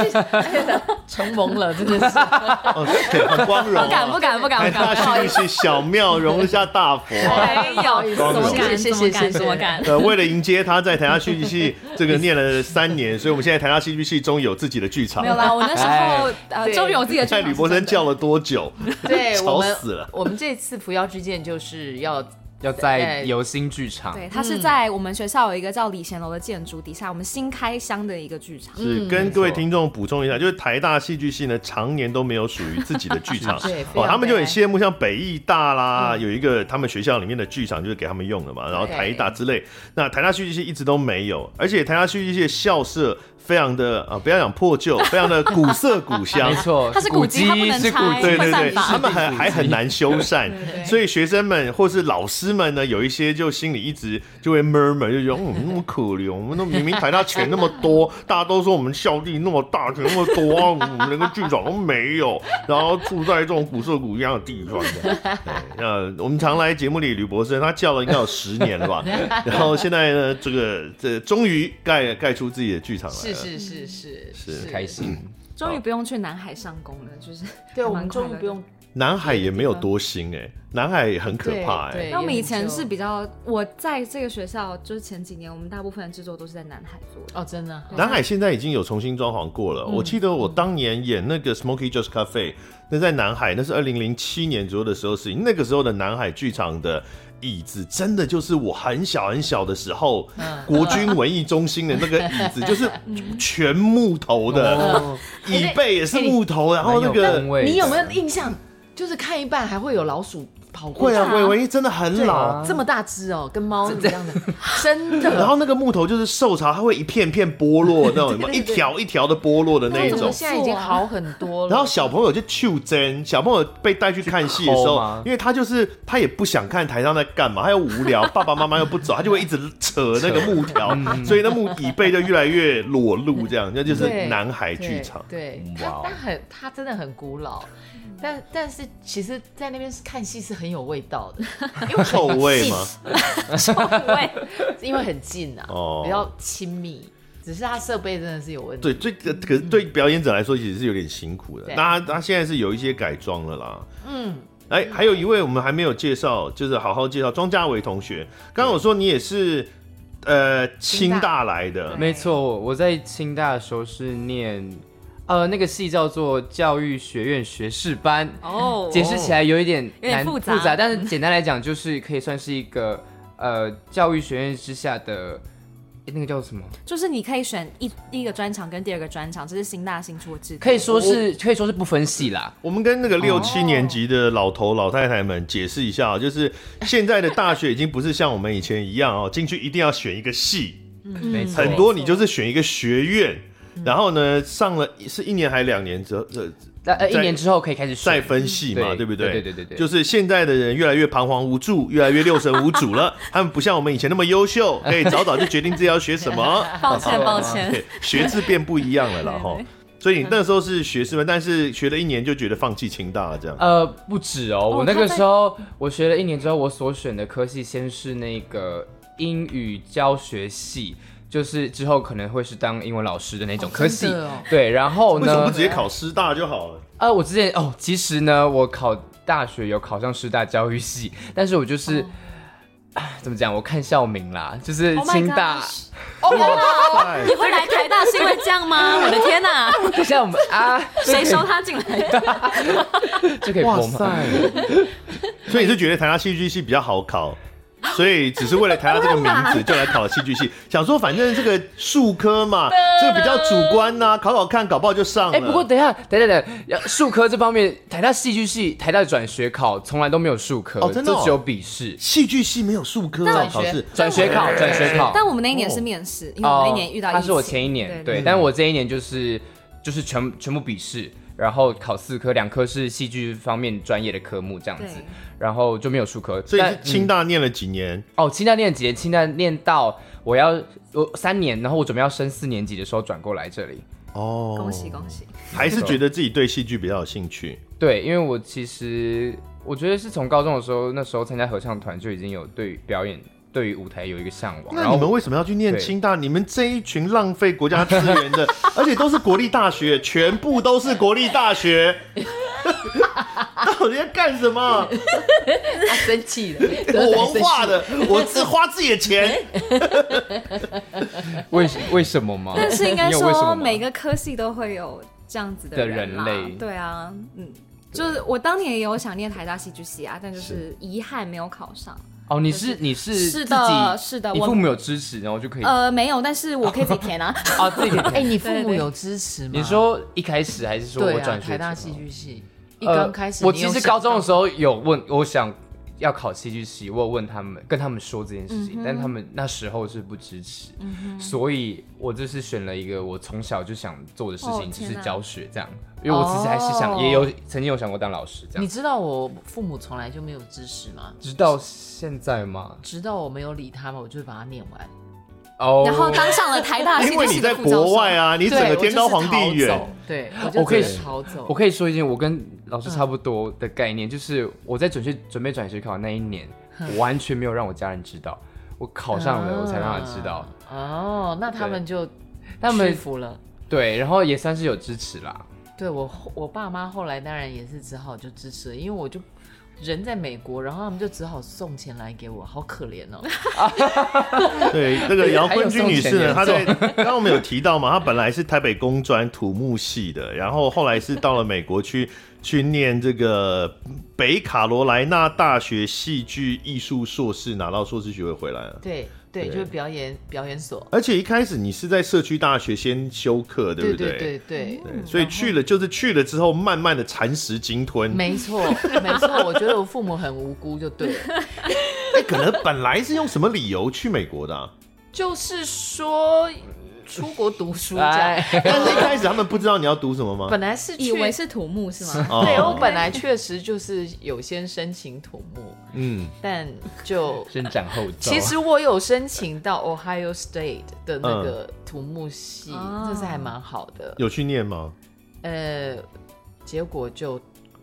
承蒙了，真的是。
哦，很光荣、啊。
不敢不敢不
台
哎
敢不敢，不好
大
意
戏
思，
剧系小庙容得下大佛 啊。
没有，
光
怎
荣
么
谢
敢怎
谢
么
谢谢
敢怎么敢？
呃，为了迎接他在台大戏剧系这个念了三年，所以我们现在台大戏剧系终于有自己的剧场
没。有啦，我那时候呃，
对
终于有自己的剧
看
场
吕伯
是
生
真的
叫了多久？
对，
吵
我们
死了
我们这次扶摇之剑就是要
要在游心剧场，
对，它是在我们学校有一个叫李贤楼的建筑底下，我们新开箱的一个剧场。
是跟各位听众补充一下，就是台大戏剧系呢，常年都没有属于自己的剧 场
是对非
哦，
常
他们就很
悲哀
羡慕像北艺大啦，有一个他们学校里面的剧场就是给他们用的嘛，然后
对
台艺大之类，那台大戏剧系一直都没有，而且台大戏剧系的校舍非常的呃，不要讲破旧，非常的古色古 香，
没错，
它是古迹它不能
是古
拆
对
迹，
对
没
对，
办法
他们还还很难修缮，
对
所以学生们或是老师们呢，有一些就心里一直就会 murmur，就觉得嗯那么可怜，我们都明明台大钱那么多，大家都说我们校地那么大，钱那么多，啊，我们连个剧场都没有，然后住在这种古色古香的地方的。对呃，我们常来节目里，吕博生他叫了应该有十年了吧，然后现在呢，这个这终于盖盖出自己的剧场来了。
是是是是
呃是
开心。
终于不用去南海上工了，就是
对我们
蛮快乐
终于
的
不用。
南海也没有多新哎、南海也很可怕哎、
对对
那我们以
也
前
很久
是比较，我在这个学校就是前几年，我们大部分的制作都是在南海做的。
哦，真的
嗯
南海现在已经有重新装潢过了。我记得我当年演那
嗯
个《Smoky Joe's Cafe》，那在南海，那是二零零七年左右的时候的事情。那个时候的南海剧场的椅子，真的就是我很小很小的时候，
嗯
国军文艺中心的那个椅 子，就是全木头的，
哦，哎
椅背也是木头，然后哦那
蛮有风
个。
味
你有没有印象？就是看一半还会有老鼠跑过
会
来，
啊，伟文真的很老，
这么大只哦，跟猫一样的，真
啊
的。
然后那个木头就是受潮，它会一片片剥落那 种，有没有一条一条的剥落的那一
怎
种
么。现在已经好很多了？
然后小朋友就去针，小朋友被带去看戏的时
去抠
候
吗，
因为他就是他也不想看台上在干嘛，他又无 聊，爸爸妈妈又不走，他就会一直扯那个木条，
嗯
所以那木椅背就越来越裸露，这样那就是
对
南海剧场。
对
嗯
它
哇哦
但很它真的很古老，但但是其实，在那边是看戏是很有味道 的，因为
臭味 吗？
很因为很近啊，
哦
比较亲密。只是它设备真的是有问题，
对，最可可是对表演者来说，其实是有点辛苦的。
对
那他他现在是有一些改装了啦。
嗯，
哎，还有一位我们还没有介绍，就是好好介绍庄家维同学。刚刚我说你也是呃清
清大
大来的，
没错，我在清大的时候是念，呃，那个系叫做教育学院学士班，
哦
解释起来有一点
有点
难
复杂嗯
但是简单来讲，就是可以算是一个呃教育学院之下的。诶那个叫什么？
就是你可以选一第一个专场跟第二个专场，这是新大新出的制度。
可以说是可以说是不分系啦。
我们跟那个六
哦
七年级的老头老太太们解释一下啊，就是现在的大学已经不是像我们以前一样哦，进去一定要选一个系，
嗯
没错，嗯
很多你就是选一个学院，然后呢上了是一年还两年之后，呃
那呃一
在
年之后可以开始
再
选
分系嘛，
对
对不对？
对对对对对
就是现在的人越来越彷徨无助，越来越六神无主 了，他们不像我们以前那么优秀，可以早早就决定自己要学什 么。
抱歉
哦
抱歉，
对，学制变不一样了啦哈。所
嗯
以你那时候是学士们，但是学了一年就觉得放弃清大了，这样。
呃，不止哦，我那
他
个
在
时候我学了一年之后，我所选的科系先是那个英语教学系，就是之后可能会是当英文老师的那种科系。
真的哦
对，然后
为什么不
呢
直？接考师大就好了？
呃，我之前哦，其实呢，我考大学有考上师大教育系，但是我就是。
哦
唉怎么讲？我看校名啦，就是
Oh my
清大。
gosh
哎
你会来台大是因为这样吗？我的天哪、
等一下我们啊，
谁收他进来的？
这可以播吗？
所以你是觉得台大戏剧系比较好考，所以只是为了台大这个名字就来考戏剧系，想说反正这个数科嘛，这个比较主观呐、考考看，搞不好就上了。
哎、不过等一下，等一下，等一下，数科这方面，台大戏剧系、台大转学考从来都没有数科，
哦真的哦
就只有笔试、
戏剧系没有数科啊，
转学
考试
转学考、转学考。
但我们那一年是面试，因为我们那一年遇到疫
哦他
情。
是我前一年，
嗯
对，但我这一年就是就是全全部笔试，然后考四科，两科是戏剧方面专业的科目这样子
对，
然后就没有数科。
所以
但嗯
是清大念了几年，
哦，清大念几年？清大念到我要我三年，然后我准备要升四年级的时候转过来这里。
哦，
恭喜恭喜！
还是觉得自己对戏剧比较有兴趣。
对，因为我其实我觉得是从高中的时候，那时候参加合唱团就已经有对于表演、对于舞台有一个向往。
那
然后
你们为什么要去念
对
清大？你们这一群浪费国家资源的，而且都是国立大学，全部都是国立大学，到底在干什么？
他生 气了，
我文化的，我自花自己的钱。
为 为什么吗？
但是应该
你有为什么
说
吗
每个科系都会有这样子
的
人啦
人类
对啊，嗯，就是我当年也有想念台大戏剧系啊，但就是遗憾没有考上。
哦，你是你是
是
自己
的，是的，
你
我
父母有支持，然后就可以
呃没有，但是 我可以自己填啊。
哦自己可以填。
哎，你父
对
母
对
有支持吗？
你说一开始还是说
对
我
啊，
转学
台大
之后
戏剧系一
呃
刚开始，
我其实高中的
候，
时候有问，我想要考戏剧系，我有问他们，跟他们说这件事
嗯
情，但他们那时候是不支持，所以我就是选了一个我从小就想做的事
哦
情，就
天
是
哪
教学这样。因为我其实还是想，
啊哦
也有曾经有想过当老师这
你
样。
知道我父母从来就没有支持吗？
直到现在吗？
直到我没有理他们，我就把它念完。
哦，
然后当上了台大戏
因为
剧
你
系的
在
副教
国
授。
外啊，你整个
对
天高皇帝，
我就是逃
远
走，对，
我
我
可以
就只能逃走。
我可以说一件我跟老师差不多的概念，就是我在准学准备转学考那一年，完全
啊
没有让我家人知道，我考上了，我才让他知道。
哦，那他们就
他
屈
们
服了。
对，然后也算是有支持啦。
对我后，我爸妈后来当然也是只好就支持了，因为我就人在美国，然后他们就只好送钱来给我，好可怜哦。
对，那个姚坤君女士呢， 她
还
在
有送
刚刚我们有提到嘛，她本来是台北工专土木系的，然后后来是到了美国去去念这个北卡罗来纳大学戏剧艺术硕士，拿到硕士学位回来了。
对对，
对
就是表演表演所。
而且一开始你是在社区大学先修课，对
对
不
对嗯对对，
对所以去了就是去了之后，慢慢的蚕食鲸吞。
没错没错，我觉得我父母很无辜，就对 了。
那哎可能本来是用什么理由去美国的、 啊？
就是说出国读书这样，
哎，
但是一开始他们不知道你要读什么吗？
本来是去
以为是土木是吗？
哦
对，我本来确实就是有先申请土木，
嗯，
但就
先斩后奏。
其实我有申请到 Ohio State 的那个土木系，
哦
这是还蛮好的。
嗯有去念吗？
呃，结果就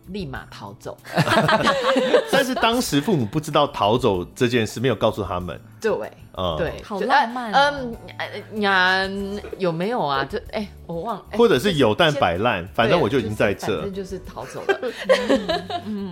立马逃走。
但是当时父母不知道逃走这件事，没有告诉他们。
对，
啊、
对，
好
就
浪漫哦
呃嗯，呀、嗯有没有啊？就哎、我忘了。哎
或者是有但摆烂，反正我就已经在
对反
这
正。就是嗯逃走了。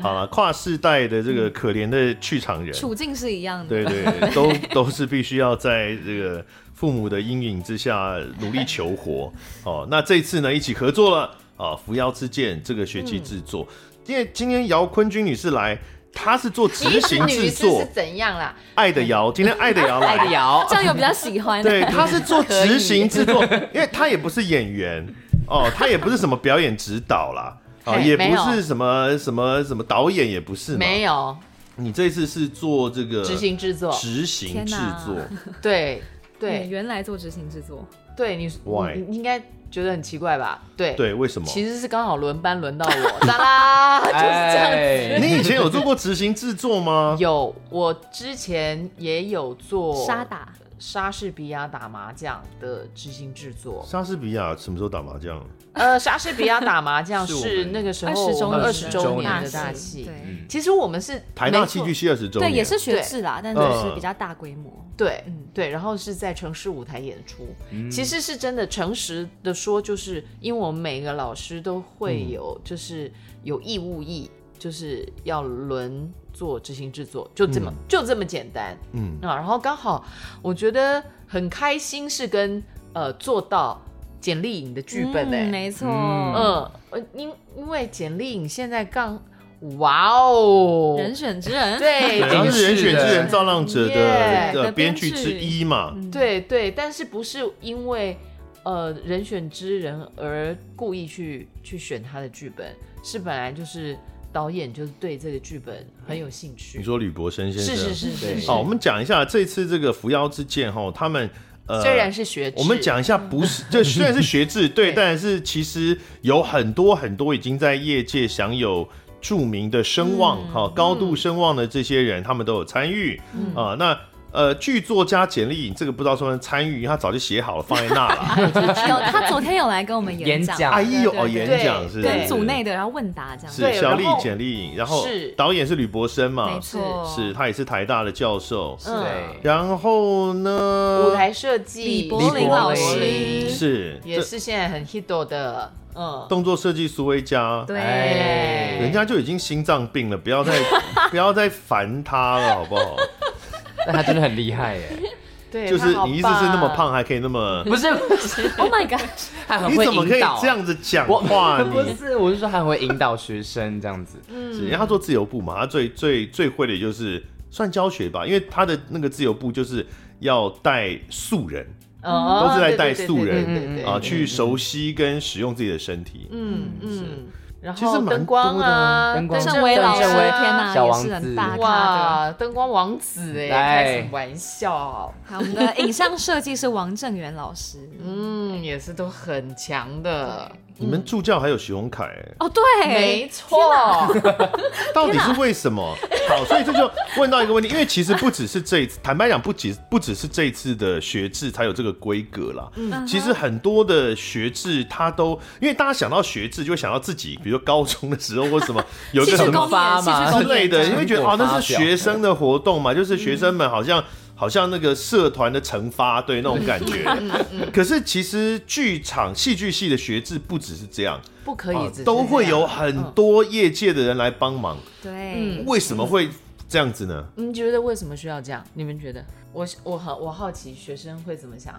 好了，跨世代的这个可怜的去场人，
嗯
处境是一样的。
对对，对都都是必须要在这个父母的阴影之下努力求活。哦，那这次呢，一起合作了啊，《扶摇之剑》这个学期制作，因为今天姚坤君女士来，她是做 执行
女
制
士
作
是，怎样啦？
爱的姚，今天爱的姚来，
摇
这样有比较喜 欢。
对， 他是做执行制作， 因为他也不是演员哦，他也不是什么表演指导 啦，啊，
嘿
也
没
不
有
是什么什么什么导演，也不是嘛。
没有
你这次是做这个
执行制作，
执行
天
制
哪
作，
对
演
对
员来做执行制作，
对，你
Why？
你你应该觉得很奇怪吧？对，
对，为什么？
其实是刚好轮班轮到我，哒啦，就是这样子。
哎，
你以前有做过执行制作吗？
有，我之前也有
哦
做
沙打
莎士比亚打麻将的执行制作。
莎士比亚什么时候打麻将？
呃，莎士比亚打麻将
是我们
是那个时候
20周年
哦二十周
年
年
的
的
大
大
戏
戏。
对
嗯
其实我们是
台大
没
戏
错
剧嗯系二十周
对
年，嗯
也是学制啦，但是是比较大规模。
对，
嗯
对，然后是在城市舞台演出，其实是真的。诚实的说，就是因为我们每个老师都会
嗯
有，就是有义务役，就是要轮做执行制作，就
嗯
这么、就这么简单。
嗯
啊，然后刚好我觉得很开心，是跟呃做到简历影的剧本哎、
嗯没错。
嗯
嗯，呃因因为简历影现在杠，哇哦，
人选之 人，
对，
对
然后是人选之人造浪者的
Yeah，
的
的
编
编
剧之
剧
一嘛，
嗯
对对，但是不是因为呃人选之人而故意去去选他的剧本，是本来就是导演就是对这个剧本很有兴趣。哦
你说吕伯生先生
是是是
对
是是，
好，我们讲一下这次这个扶摇之剑哈，他们呃
虽然是学制，
我们讲一下，不是， 这虽然是学制，对，
对
但是其实有很多很多已经在业界享有著名的声望，
嗯
哈、高度声望的这些人，他们都有参与
嗯
啊。那呃，剧作家简历这个不知道算不算参与，因为他早就写好了放在那 了。
有他昨天有来跟我们
演
讲，
啊
讲
哎呦，哦，
对对
演
对
讲是不是
跟组内的，然后问答这样。
是
对
小
然
丽
后
简历，然后
是
导演是吕伯生嘛
没，错，
是他也是台大的教授，
嗯
对，
然后呢，
舞台设计，
李柏林老
李柏
师
林
是
也
这
是现在很 hit 的，嗯，
动作设计苏威佳，
对。
哎
人家就已经心脏病了，不要再 不要再烦他了，好不好？
但他真的很厉害耶，
对，
就是
他好
你意思是那么
棒
胖，还可以那么，
不是不是，
Oh my god！
他啊很
你
会
怎么可以
引导。啊
这样子讲
我
话？
不
你
是，我是说他很会引导学生这样子。
嗯
是因为他做自由步嘛，他最最最会的就是算教学吧，因为他的那个自由步就是要带素人
哦
都是在带
对对对
素人
对对对对
啊，去熟悉跟使用自己的身体。
嗯嗯，然
其实
后
蛮
灯光啊，
多的灯光
郑伟老师，
郑
天
伟
哪，
小
也
王
是
子
很大 咖的。
哇，灯光王子哎，
来
开什么玩笑？
好，我们的影像设计是王正元老师。
嗯，也是都很强的，
你们助教还有徐宏凯、欸
哦，对，
没错，
到底是为什么？好，所以这就问到一个问题，因为其实不只是这一次，坦白讲，不只不只是这一次的学制才有这个规格啦。嗯，其实很多的学制它都，因为大家想到学制就会想到自己，比如说高中的时候或什 么有一
戏
个
剧
什么
公演，
发
戏
嘛
剧
之
公
类
演
的，
这
因
样
为觉得哦
成果
哦那是
发表
嗯
学生的活动嘛，就是学生们好像。好像那个社团的惩罚，对那种感觉。
嗯
可是其实剧场戏剧系的学制不只是这样，
不可
啊
以只是
都会有
这样
很多业界的人来帮忙。
对，
为什么会这样子呢？
你觉得为什么需要这样？你们觉得？我我好我好奇学生会怎么想？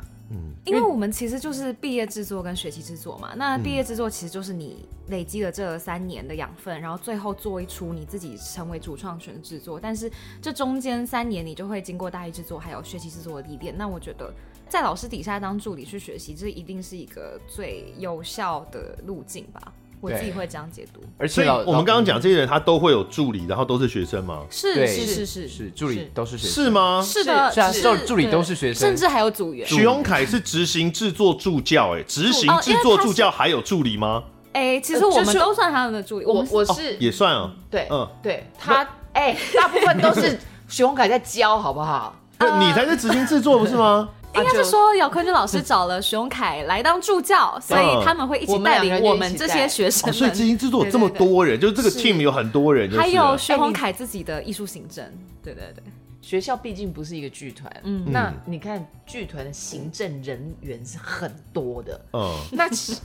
因为我嗯们其实就是毕业制作跟学期制作嘛。那毕业制作其实就是你累积了这三年的养分，然后最后做一出你自己成为主创权制作。但是这中间三年你就会经过大一制作还有学期制作的历练。那我觉得在老师底下当助理去学习，这一定是一个最有效的路径吧。我自己
对
会这样解读。
而且
所以
老
我们刚刚讲这些人，他都会有助理，然后都是学生吗？
是
对
是
是
是是
是助理
是
都嗯是学生
是？吗？
是的，
是啊，
是
助助理都是学生，
甚至还有组员。
许荣凯是执行制作助教、哎，执行制作助教还有助理吗？
哎、其实
呃
我
就
们
是
都算他们的助理，我
我
们
我是、哦
也算啊。
对、
嗯
对，他哎、大部分都是徐宏凯在教，好不好？
不是你才是执行制作不是吗？
应该
啊就是
说姚坤俊老师找了徐荣凯来当助教，所以他们会一起带领我们这些学生
哦、所以执
们。
行制作有这么多人，就是这个
是
team 有很多人就是了，
还有徐宏凯自己的艺术行政，对对对，
学校毕竟不是一个剧团，嗯，那你看剧团的行政人员是很多的，
嗯，
那其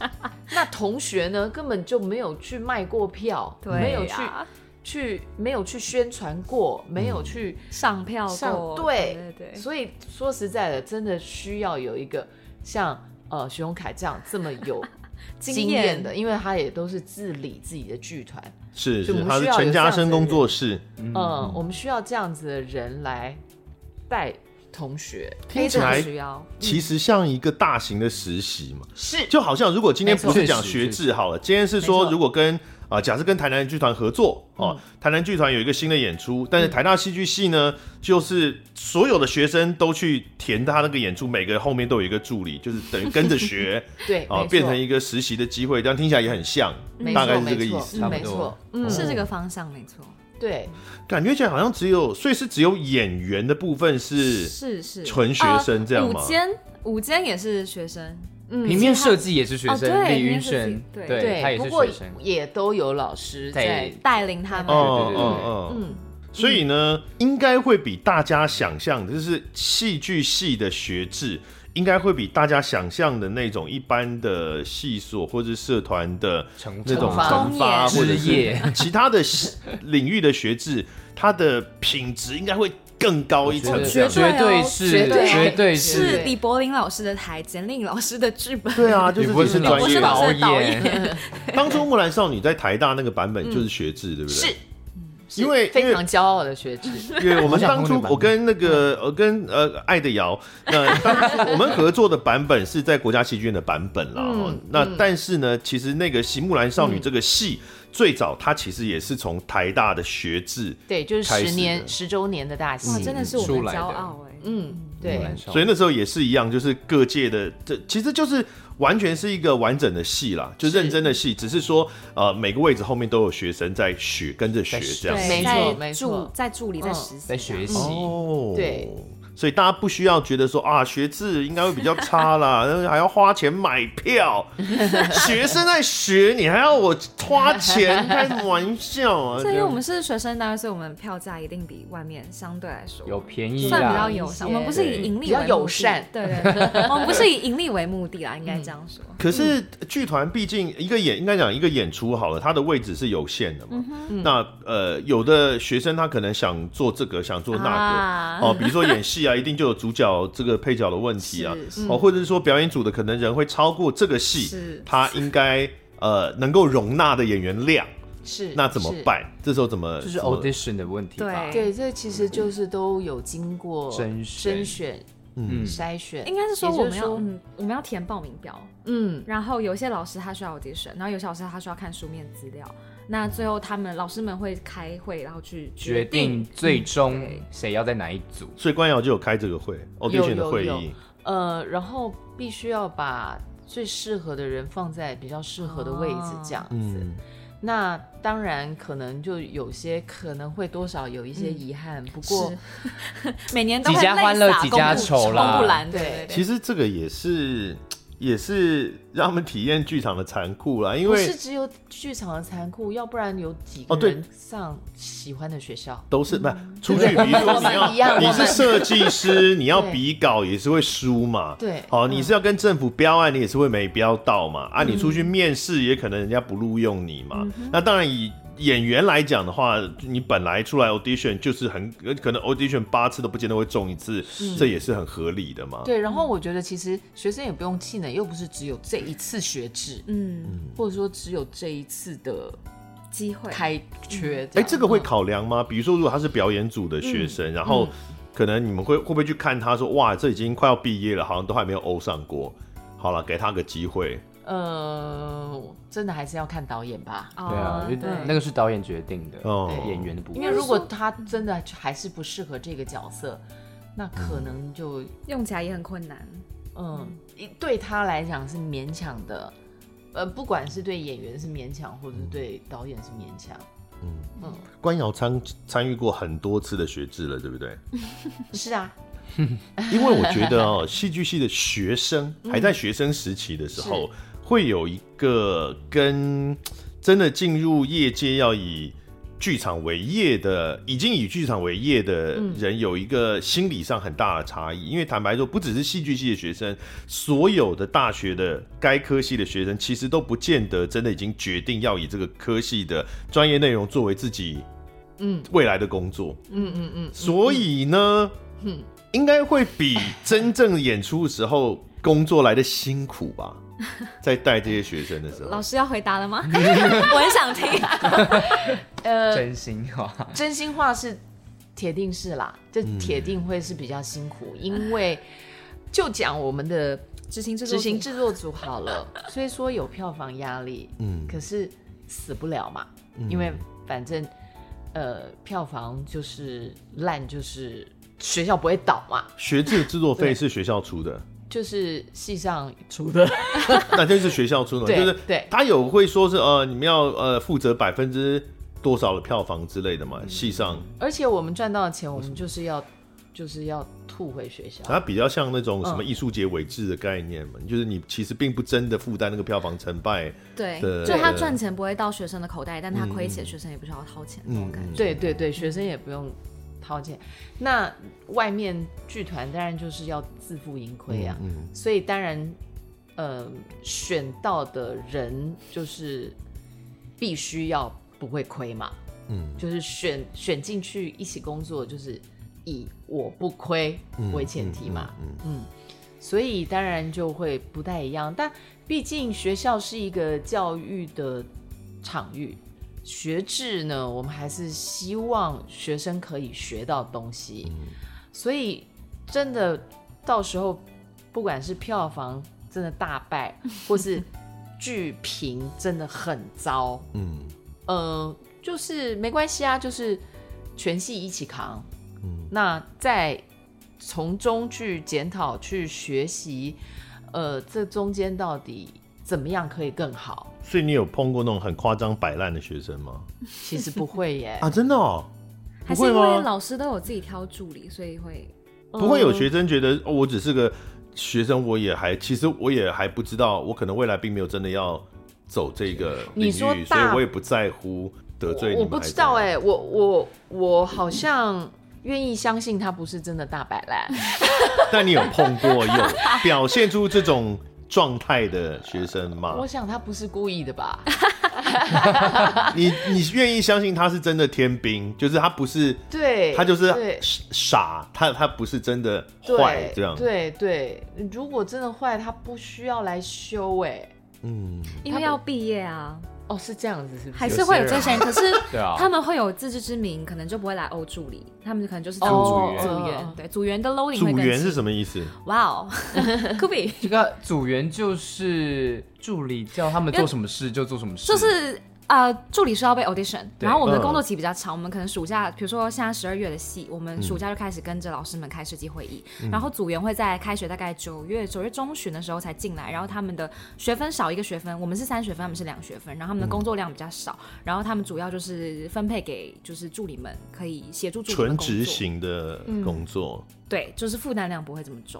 那同学呢根本就没有去卖过票，
对啊
没有去
呀
去没有去宣传过，没
嗯
有去
上票
上、
过，
对
对对，
所以说实在的，真的需要有一个像呃徐荣凯这样这么有
经
经
验
验的，因为他也都是自理自己的剧团，
是，
就是我们
他是
需要有
陈嘉
这样
生
子的
工作室，
嗯，我们需要这样子的人来带同学，
听起
非
来
常需要。
其实像一个大型的实习嘛，
是
就好像如果今天
没错
不是讲学制好了，今天是
没
说
错嗯
如果跟啊、假设跟台南剧团合作哦，台南剧团有一个新的演出，但是台大戏剧系呢，就是所有的学生都去填他那个演出，每个后面都有一个助理，就是等于跟着 学
对，
啊、
没错
变成一个实习的机会，这样听起来也很像，
没错
大概是这个意
没
思。
错
差不多
没错，嗯，
是这个方向没错，
对，
感觉起来好像只有，所以是只有演员的部分是
是是
纯学生这样吗
呃午间午间也是学生，
嗯平面设计也是学
哦
生，
对
李
平面
云
设计
轩，
对
对，他也
不
是
过
学生，
也都有老师在
对，
带领他们。
哦
对对对
哦
对
哦，
嗯
所以呢，应该会比大家想象的，就是戏剧系的学制，应该会比大家想象的那种一般的系所或者社团的
成
那种
惩罚
惩罚
公
或
演
者
职
是
业
其他的系领域的学制，它的品质应该会更高一层
我。
这样
觉得
绝对是，
绝对
绝对
哦是
是，
李柏林老师的台，简令老师的剧本，
对啊，就是
你不会
这
是
个专
我
业
是
啊。
老师的导
演
演，
当初《木兰少女》在台大那个版本就是学制，对不对？
嗯是，
因为因
非
为
常骄傲的 学制，
因为我们
好想
当
红
初
的版本
我跟那个呃跟呃爱的瑶， 那当初我们合作的版本是在国家戏剧院的版本啦。哦那但是呢，其实那个《席木兰少女》这个戏。最早，它其实也是从台大的学制，
对，就是
开始
十
的
年十周年的大
哇，
戏，
真的是
嗯
我
出
们
来的
骄傲哎。
嗯，
对
对，
所以那时候也是一样，就是各界的这其实就是完全是一个完整的戏啦，就是认真的戏，只是说呃每个位置后面都有学生在学跟着学
在学
这样
对
子。
没错
在
没
助
错
在助理在
嗯
实习，
在学习，
哦，
对，
所以大家不需要觉得说啊，学制应该会比较差 啦，然后还要花钱买票，学生在学，你还要我花钱，开什么玩笑啊？
所以因为我们是学生单位，所以我们票价一定比外面相对来说
有便宜啊
算比
啦
较，友善。
一
我
些
们不是以盈利为目的
比较友善
对对对， 我们不是以盈利为目的啦，应该这样说。
嗯
可
嗯
是剧团毕竟一个演，应该讲一个演出好了，它的位置是有限的
嗯
嘛。那呃，有的学生他可能想做这个，想做那个、
啊
哦，比如说演戏啊，一定就有主角这个配角的问题啊，
是
哦，或者是说表演组的可能人会超过这个戏
是，
他应该呃能够容纳的演员 量，
是
那怎么？
是
办？这时候怎么
就是
怎么
audition 的问题吧，
对
对，这其实就是都有经过
甄选
甄选、
嗯，
筛选，
应该是说
也就
我们要
说
嗯，我们要填报名表，
嗯，
然后有些老师他需要 audition，然后有些老师他需要看书面资料。那最后他们老师们会开会，然后去
决定最终谁要在哪一组，
所以官瑶就有开这个会
有
audition 的会
有有
议，
呃，然后必须要把最适合的人放在比较适合的位置，这样子。
嗯，
那当然，可能就有些可能会多少有一些遗憾，不过
是每年都会
几家欢乐
泪洒
几家
公布
愁啦
公布栏
对
对对对
其实这个也是。也是让他们体验剧场的残酷啦，因
不
为
是只有剧场的残酷，要不然有几
哦
个
对
人上喜欢的学校？
都是不是出去，比如 说
我们
你
一
要
样
你
我
是
们
设计师，你要
对
比稿也是会输嘛。
对
嗯
好，你是要跟政府标案，你也是会没标到嘛。啊，你出去面试也可能人家不录用你嘛。
嗯
那当然以。演员来讲的话，你本来出来 audition 就是很可能 audition 八次都不见得会中一次，这也是很合理的嘛。
对，然后我觉得其实学生也不用气馁，又不是只有这一次学制，
嗯，
或者说只有这一次的
机会
开缺样。
哎、这个会考量吗？比如说，如果他是表演组的学生，然后
嗯
可能你们会会不会去看他说，哇，这已经快要毕业了，好像都还没有欧上过。好了，给他个机会。
呃，真的还是要看导演吧。
哦
对啊，因为那个是导演决定的，
哦
对演员的部
因
分
为。如果他真的还是不适合这个角色，那可能就
用起来也很困难。
嗯，一对他来讲是勉强的，呃，不管是对演员是勉强，或者是对导演是勉强，
官瑶参参与过很多次的学制了，对不对？
是啊，
因为我觉得哦，戏剧系的学生还在学生时期的时候，会有一个跟真的进入业界要以剧场为业的，已经以剧场为业的人有一个心理上很大的差异。因为坦白说，不只是戏剧系的学生，所有的大学的该科系的学生，其实都不见得真的已经决定要以这个科系的专业内容作为自己
嗯
未来的工作。
嗯嗯嗯，
所以呢，应该会比真正演出的时候工作来的辛苦吧，在带这些学生的时候
老。师要回答了吗？ 我很想听。
呃，
真心话，
真心话是铁定是啦，这铁定会是比较辛苦，因为就讲我们的
执行制作
执
组
行制作组好了， 虽说有票房压力，
嗯
可是死不了嘛，因为反正呃票房就是烂，就是学校不会倒嘛，
学制的制作费是学校出的，
就是系上出的，
那就是学校出的，
对
就是
对
他有会说是呃，你们要呃负责百分之多少的票房之类的
嗯
嘛，系上
而且我们赚到的钱，我们就是要就是要吐回学校。
它比较像那
嗯
种什么艺术节伪制的概念嘛，就是你其实并不真的负担那个票房成败，
对，
对
就他赚钱不会到学生的口袋，但他亏钱，学生也不需要掏钱，这种感觉。
对对对，学生也不用掏钱。那外面剧团当然就是要自负盈亏啊，
嗯，
所以当然，呃，选到的人就是必须要不会亏嘛，
嗯，
就是选选进去一起工作，就是以我不亏为前提嘛，
嗯嗯
所以当然就会不太一样。但毕竟学校是一个教育的场域，学制呢，我们还是希望学生可以学到东西。所以真的到时候，不管是票房真的大败，或是剧评真的很糟，
嗯
呃，就是没关系啊，就是全系一起扛。那再从中去检讨、去学习，呃，这中间到底怎么样可以更好？
所以你有碰过那种很夸张摆烂的学生吗？
其实不会耶，
啊，真的哦，
还
不
是
会
因为
吗？
老师都有自己挑助理，所以会
嗯
不会有学生觉得、哦、我只是个学生，我也还其实我也还不知道，我可能未来并没有真的要走这个领域，
你说
所以
大
我也不在乎得罪你
我
们。
我不知道哎、，我我我好像愿意相信他不是真的大摆烂。
但你有碰过 有表现出这种状态的学生吗
我？想他不是故意的吧？
你你愿意相信他是真的天兵，就是他不是
对，
他就是
对
傻，他他不是真的
对
坏这样。
对对，如果真的坏，他不需要来修哎、
嗯，
因为要毕业啊，
哦，是这样子，是不是？
还是会有这些人，可是
对啊
他们会有自知之明，可能就不会来欧助理，他们可能就是当
哦
组
哦
组员，对组员的 loading
组
会更
员是
轻。
什么意思？
哇 哦酷比
这个组员就是助理，叫他们做什么事就做什么事，
嗯
就是呃，助理是要被 audition，
对
然后我们的工作期比较长，我们可能暑假，比如说现在十二月的戏，我们暑假就开始跟着老师们开设计会议，
嗯
然后组员会在开学大概九月九月中旬的时候才进来，然后他们的学分少一个学分，我们是三学分，他们是两学分，然后他们的工作量比较少，
嗯
然后他们主要就是分配给就是助理们可以协助助理
纯
们工作
执，行的工作。
嗯
对，就是负担量不会这么重，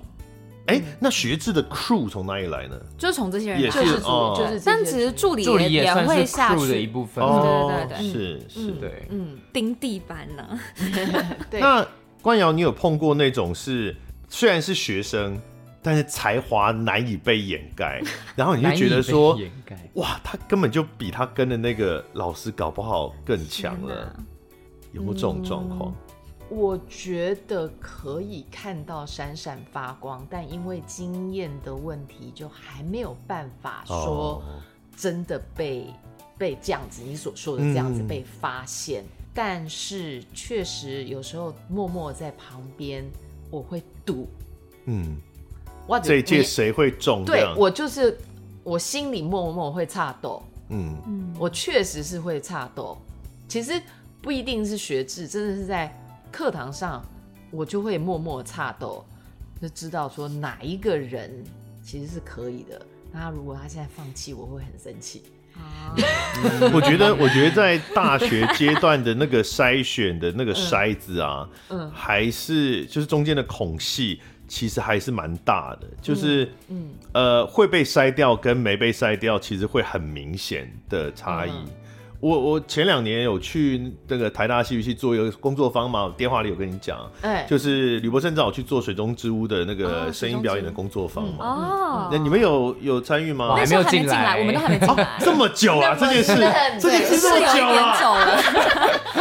哎、那学制的 crew 从哪里来呢？
就是从这些
也是
人开
就
始
是组
哦
就是这些
但其实助理
助理也
也
算
会
是
下
crew 的一
去
部分，
哦，
对对对
是是。
对，
嗯，
钉地板呢、
对
那关瑶，你有碰过那种是虽然是学生，但是才华难以被掩盖，然后你就觉得说
难以被，掩盖
哇，他根本就比他跟的那个老师搞不好更强了
天，
有没有这种状况？
嗯我觉得可以看到闪闪发光，但因为经验的问题，就还没有办法说
哦
真的被、被这样子你所说的这样子
嗯
被发现。但是确实有时候默默在旁边，我会赌，
嗯，
我
这一
你
届谁会中？这
对
样，
我就是我心里默默会差抖，
嗯，
我确实是会差抖。其实不一定是学制，真的是在课堂上，我就会默默差抖，就知道说哪一个人其实是可以的。那他如果他现在放弃，我会很生气。
啊，
我觉得，我觉得在大学阶段的那个筛选的那个筛子啊，
嗯
还是就是中间的孔隙，其实还是蛮大的，就是
嗯，
呃，会被筛掉跟没被筛掉，其实会很明显的差异。
嗯
我我前两年有去那个台大戏剧系做一个工作坊嘛，我电话里有跟你讲，
哎、
就是吕伯胜找我去做《水中之屋》的那
哦
个声
水中之屋
音表演的工作坊嘛。
哦，
那、你们有有参与吗
我？
那
还
时
没
候
有
还没
进
进
来哦
来，我们都还没进 来，
这么久啊，这 件事，
对
这件事这
是有
么
一
久
点
啊！
久了，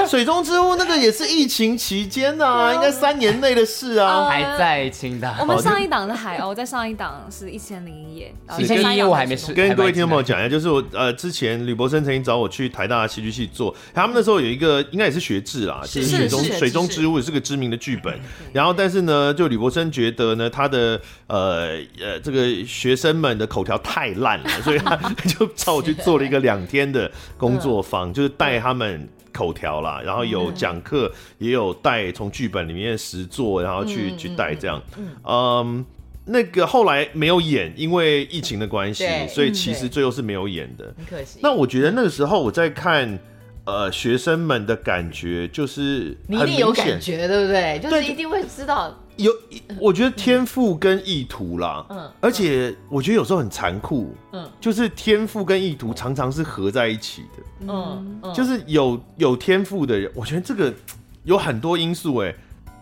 水中之屋那个也是疫情期间啊，应该三年内的事啊。
还在清大，
我们上一档是海鸥，在上一档是一千零一夜，然后
一千零一夜我还没是
跟各位听众朋友讲一下，就是我呃之前吕伯生曾经找我去台大戏剧系做，他们那时候有一个应该也是学制啦，嗯就是水中
是是
水中之物也是个知名的剧本，然后但是呢，就吕伯生觉得呢他的呃呃这个学生们的口条太烂了，所以他 就找我去做了一个两天的工作坊，就是啊带他们。口条啦，然后有讲课，也有带从剧本里面实作，然后去、
嗯
去
嗯
带这样，嗯，那个后来没有演，因为疫情的关系，
对
所以其实
嗯对
最后是没有演的。
很可惜。
那我觉得那个时候我在看，呃，学生们的感觉就是
你一
很
定有
明
感
显，
觉，对不对？就是
对
一定会知道，
有我觉得天赋跟意图啦，
嗯
而且我觉得有时候很残酷，
嗯
就是天赋跟意图常常是合在一起的。
嗯嗯，
就是是有有天赋的人，我觉得这个有很多因素哎、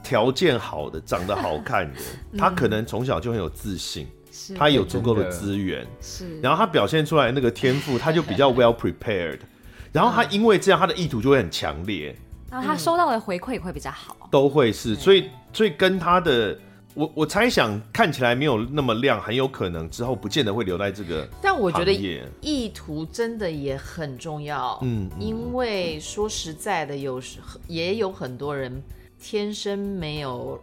条件好的、长得好看 的，
嗯
他可能从小就很有自信，
是
他有足够的
真的
资源，
是，
然后他表现出来那个天赋，他就比 较 well prepared，然后他因为这样，他的意图就会很强烈，
然后他收到的回馈也会比较好，
都会是，所以所以跟他的。我我猜想看起来没有那么亮，很有可能之后不见得会留在这个
但我觉得
行业
意图真的也很重要，
嗯嗯
因为说实在的，有时也有很多人天生没有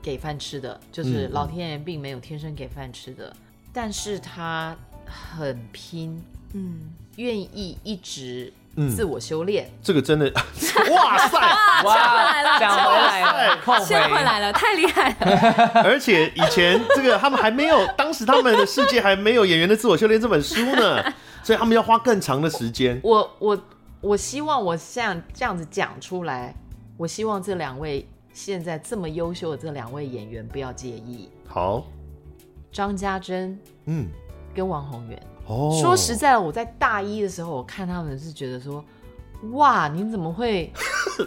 给饭吃的，就是
嗯嗯
老天爷并没有天生给饭吃的，但是他很拼，
嗯，
愿意一直
嗯
自我修炼，
这个真的， 哇 塞！
哇，讲回来了，扣
现在回来了，太厉害 了，
而且以前这个他们还没有，当时他们的世界还没有《演员的自我修炼》这本书 呢，所以他们要花更长的时间。
我我我希望我像这样子讲出来，我希望这两位现在这么优秀的这两位演员不要介意，
好，
张家珍
嗯，
跟王宏源。
哦，
说实，在的，我在大一的时候，我看他们是觉得说，哇，你怎么 会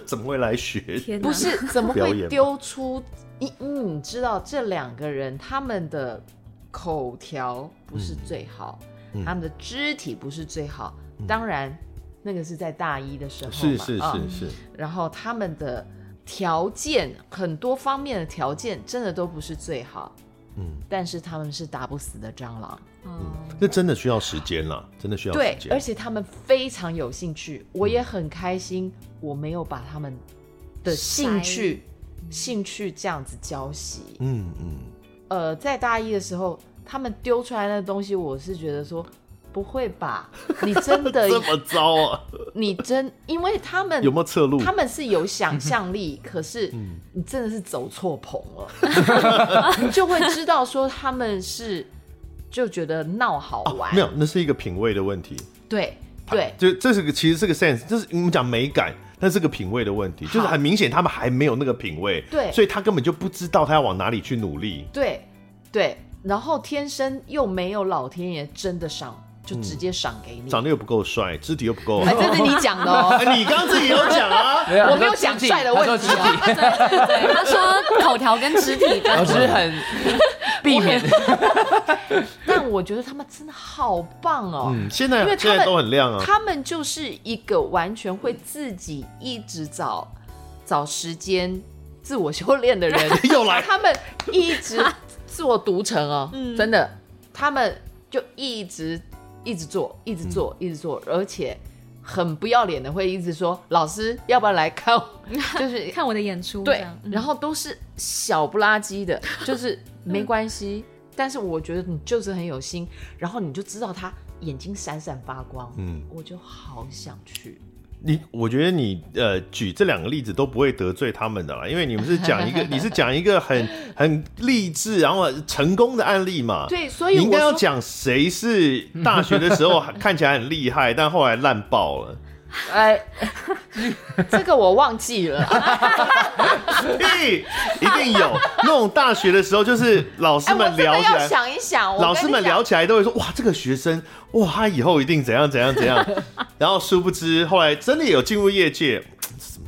怎么会来学？
天哪
不是怎么
表演
会
吗
丢出？你你知道这两个人他们的口条不是最好，
嗯
他们的肢体不是最好，当然那个是在大一的时候嘛，
是是
啊
是是，
然后他们的条件很多方面的条件真的都不是最好，
嗯，
但是他们是打不死的蟑螂。
嗯
这真的需要时间啦，真的需要时
对，
间。
而且他们非常有兴趣，我也很开心，我没有把他们的兴趣兴趣这样子教习。
嗯嗯，
呃，在大一的时候，他们丢出来的东西，我是觉得说。不会吧？你真 的，
这么糟 啊？
你真，因为他们
有没有侧录？
他们是有想 象力，可是
嗯
你真的是走错棚了， 你就会知道说他们是就觉得闹好玩，
哦没有，那是一个品味的问题。
对对，
就这是个其实是个 sense，就是我们讲美感，但是个品味的问题，就是
好
很明显他们还没有那个品味，
对
所以他根本就不知道他要往哪里去努力。
对，对，然后天生又没有老天爷真的赏，就直
嗯
接赏给你。
长得又不够帅，肢体又不够好
哎，。这是你讲的 哦。
哎，你刚刚自己有讲啊，
有
我没有讲帅的问题啊
他说肢体，
对，他说口条跟肢体
老
的，
师很避免
但我觉得他们真的好棒哦，
嗯，现
因
在
为他
现在
们
都很亮啊。
他们就是一个完全会自己一直找找时间自我修炼的人。
又来，嗯
他们一直做独成 哦，真的，他们就一直一直做，一直
嗯
做，一直做，而且很不要脸的会一直说老师要不要来看我， 就是
看我的演出，这
对
样，
嗯
嗯
然后都是小不拉几 的，就是
嗯
没关系，但是我觉得你就是很有心，然后你就知道他眼睛闪闪发光，
嗯
嗯，我就好想去，
你我觉得你呃举这两个例子都不会得罪他们的啦，因为你们是讲一个，你是讲一个很很励志然后成功的案例嘛。
对，所
啊你
以
应该
我
要
说
讲谁是大学的时候看起来很厉害，但后来烂爆了。
哎， 这个我忘记了。
嘿，一定有那种大学的时候，就是老师
哎，我
们
真的
聊起
要
来，
想一想，我
老
跟
师
你
们
讲
聊起来都会说：“哇，这个学生，哇，他以后一定怎样怎样怎样。”然后殊不知，后来真的有进入业界，嗯什么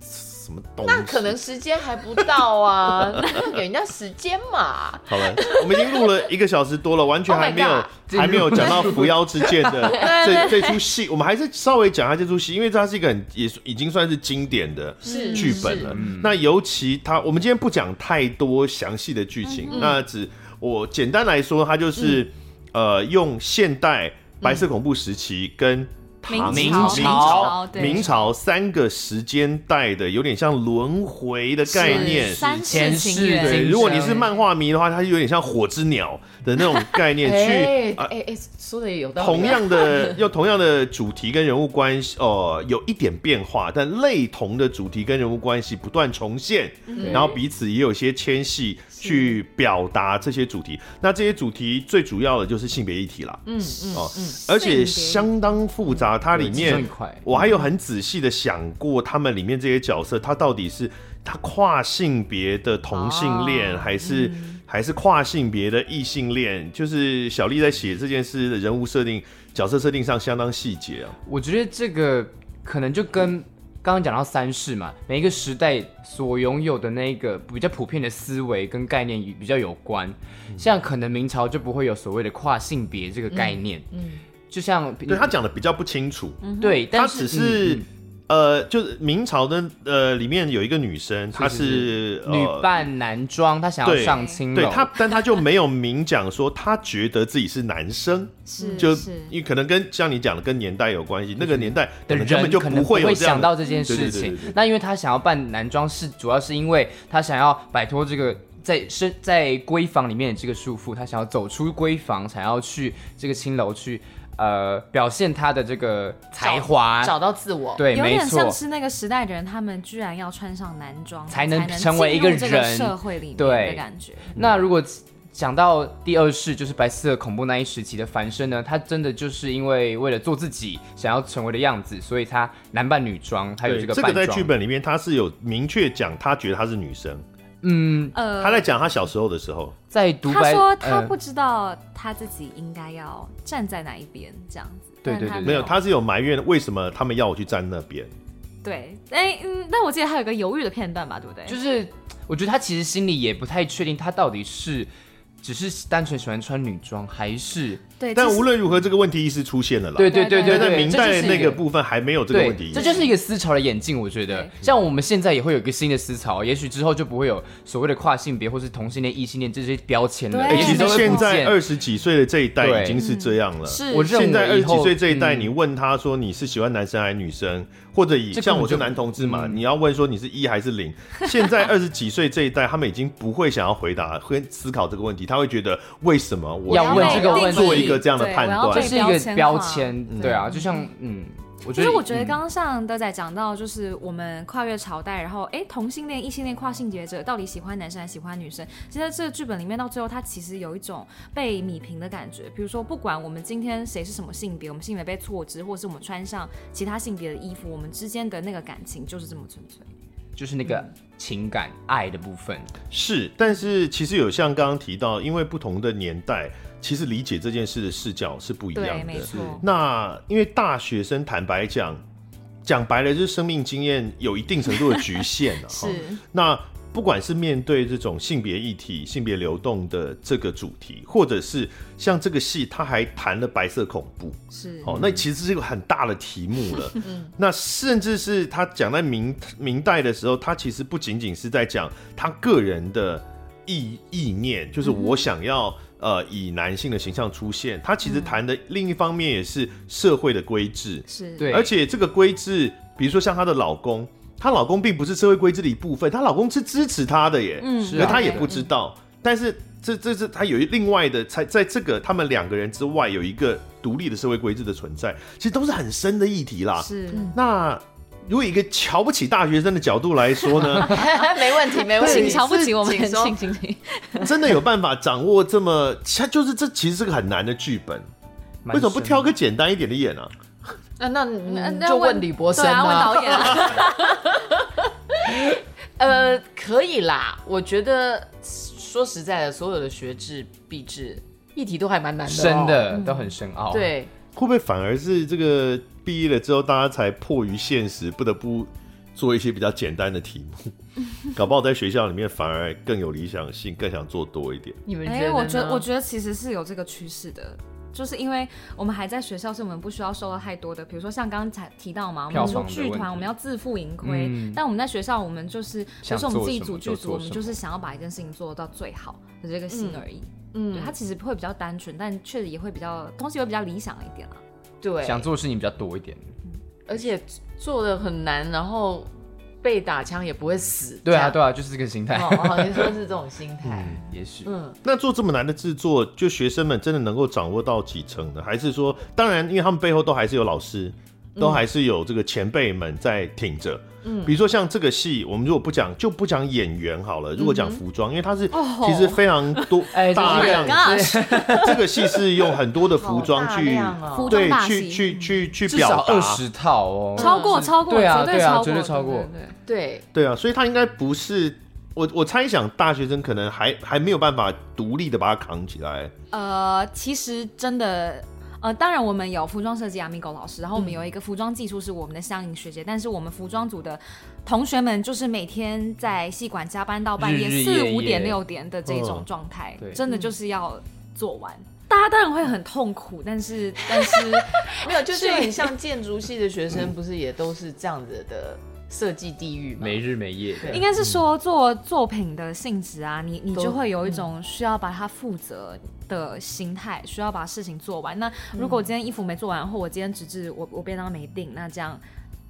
什么东西？啊
那可能时间还不到 啊，那给人家时间嘛。
好了，我们已经录了一个小时多了，完全
Oh my
还没有、
God
还没有讲到扶摇之剑 的这这出戏，我们还是稍微讲一下这出戏，因为它是一个很也已经算是经典的
是
剧本了。
嗯
那尤其它，我们今天不讲太多详细的剧
嗯
情，那只我简单来说，它就是、呃用现代白色恐怖时期跟唐
明
朝
明朝
明
朝对
明朝三个时间带的，有点像轮回的概念，
三世
前
情
世
缘，
对，
今
如果你
生
是漫画迷的话，它就有点像火之鸟的那种概 念去。
哎
啊
哎哎，说的也有道理啊。
同样 的，用同样的主题跟人物关系，呃，有一点变化，但类同的主题跟人物关系不断重现，然后彼此也有些牵系去表达这些主题。那这些主题最主要的就是性别议题啦，嗯嗯哦，而且相当复杂，它里
其中
面
一块
我还有很仔细的想过，他们里面这些角色，他到底是他跨性别的同性
哦
恋，还是、
嗯
还是跨性别的异性恋？就是小丽在写这件事的人物设定、角色设定上相当细节啊。
我觉得这个可能就跟刚刚讲到三世嘛，每一个时代所拥有的那个比较普遍的思维跟概念比较有关。
嗯
像可能明朝就不会有所谓的跨性别这个概念，嗯，就像嗯
对他讲的比较不清楚，
对，
他
但
只
是
是、
嗯嗯
呃，就是明朝的呃里面有一个女生，她
是
是
女
呃
扮男装，他想要
对
上青
对
楼，
她，但她就没有明讲说她觉得自己是男生。
是
就是因为可能跟像你讲的跟年代有关系，那个年代可
嗯的
能
人
根本就
可能
会有这样
想
的
到这件事
对对对
情
对对。
那因为他想要扮男装是，主要是因为他想要摆脱这个在身在闺房里面的这个束缚，他想要走出闺房，想要去这个青楼去呃表现他的这个才华。
找到自 我。
对，
有
没
点像
错，
是那个时代的人，他们居然要穿上男装
才能
能
成为一个人
进入这社会里面的
对
感觉。
那如果讲到第二世，就是白色恐怖那一时期的凡生呢，他真的就是因为为了做自己想要成为的样子，所以他男扮女装，还有
对
这个
这个
扮
在
装。
剧本里面他是有明确讲，他觉得她是女生，
呃
嗯
他在讲他小时候的时候，
在独
他
白，
说他
呃
不知道他自己应该要站在哪一边，这样子。
对对
但他
对啊
没有，他是有埋怨为什么他们要我去站那边，
对，哎、嗯，但我记得他有个犹豫的片段吧，对不对？
就是我觉得他其实心里也不太确定，他到底是只是单纯喜欢穿女装，还是
对，
但
其实
无论如何这个问题意识出现了啦。
对
对
对对对
对
在
对，
明
这
代
就是一
那个部分还没有这个问题
对，
意
这
识。
就是一个思潮的演进。我觉得
对，
像我们现在也会有一个新的思潮，也许之后就不会有所谓的跨性别或是同性恋、异性恋这些标签了。
对
哎
也
其
许
实
都会
现
不
在
见
二十几岁的这一代
对
已经是这样了。
是
我认为
现在二十
以
几
后
岁这一代，
嗯
你问他说你是喜欢男生还是女生，或者以
这根本
像我是
就
男同志嘛，
嗯
你要问说你是一还是 零。现在二十几岁这一代，他们已经不会想要回答会思考这个问题，他会觉得为什么我
要问这个问题
做一个这样的判断
对我要被
这是一个标
化
签，对啊，就像嗯，我觉
就
得，
是我觉得
嗯
刚刚上德仔讲到，就是我们跨越朝代，然后哎，诶同性恋、异性恋、跨性别者到底喜欢男生还是喜欢女生？其实在这个剧本里面，到最后他其实有一种被米平的感觉。比如说，不管我们今天谁是什么性别，我们性别被错知，或是我们穿上其他性别的衣服，我们之间的那个感情就是这么纯粹。
就是那个情感爱的部分。
是，但是其实有像刚刚提到，因为不同的年代，其实理解这件事的视角是不一
对，
样
没
的。
错，
那因为大学生，坦白讲，讲白了就是生命经验有一定程度的局限 了、啊。哈
是
那不管是面对这种性别议题、性别流动的这个主题，或者是像这个戏，他还谈了白色恐怖，
是，
哦，那其实是一个很大的题目了。那甚至是他讲在明明代的时候，他其实不仅仅是在讲他个人的意意念，就是我想要呃以男性的形象出现。他其实谈的另一方面也是社会的规制，
是，
对，
而且这个规制，比如说像她的老公，她老公并不是社会规制的一部分，她老公是支持她的耶，
嗯
可
是啊
是她也不知道。但是这这这，她有一另外的，在在这个他们两个人之外，有一个独立的社会规制的存在，其实都是很深的议题啦。
是，
嗯
那如果以一个瞧不起大学生的角度来说呢，
没问题，没问
请
题。
瞧不起我们，
请说
请请请，
真的有办法掌握这么，它就是这其实是个很难的剧本，
蛮
为什么不
深
挑个简单一点的演啊？
那那
嗯
你
那
嗯
你
那
就问李博生
对啊，问导演 啊，
呃，可以啦，我觉得说实在的，所有的学制、毕制议题都还蛮难的、哦，
深。的哦都很深
嗯
奥。，
对，
会不会反而是这个毕业了之后，大家才迫于现实，不得不做一些比较简单的题目？ 搞不好在学校里面反而更有理想性，更想做多一点。
你们觉得
哎，
呢？
我觉得我觉得其实是有这个趋势的。就是因为我们还在学校，所以我们不需要受到太多的，比如说像刚才提到嘛，我
票
们
房
说
的
剧
问
团
题
我们要自负盈亏，
嗯
但我们在学校，我们就是就
想
是我们
做
自己
什么
组
就
剧组，
做
我们
什
就是想要把一件事情做到最好的这个心
嗯
而已。
嗯
对，它，其实会比较单纯，但确实也会比较东西会比较理想一点啊啦。
对，
想做的事情比较多一点。
而且做的很难，然后被打枪也不会死。
对啊，
这
对啊，就是这个心态
样。，哦哦，你说是这种心态，
也许
嗯，
那做这么难的制作，就学生们真的能够掌握到几成呢？还是说，当然，因为他们背后都还是有老师，都还是有这个前辈们在挺着。嗯，比如说像这个戏，我们如果不讲，就不讲演员好
嗯
了。如果讲服装，因为它是
哦
其实非常多、
哎
大
这
量，
Oh Gosh，
这个戏是用很多的
哦
服装
好大
去
量哦
服装
对
大，
去
戏，
去去去
至少
表达
二。十套哦。
超过超过，
对啊
绝
对啊
超过，
绝对超过
对对对
对，
对啊，所以他应该不是我我猜想大学生可能还还没有办法独立的把它扛起来。
呃，其实真的。呃，当然我们有服装设计阿米狗老师，然后我
嗯
们有一个服装技术是我们的相应学姐，但是我们服装组的同学们就是每天在戏馆加班到半夜
日日
四
夜
五
夜
点六点的这种
嗯
状态，
对
真的就是要做完。大家当然会很痛苦，但是但是
没有，就是
是
很像建筑系的学生，不是也都是这样子的设计地狱吗？
没日没夜的
对
应该是说
嗯
做作品的性质啊，你你
都嗯
就会有一种需要把它负责的心态，需要把事情做完。那
嗯
如果我今天衣服没做完，或我今天纸质我我便当没订，那这样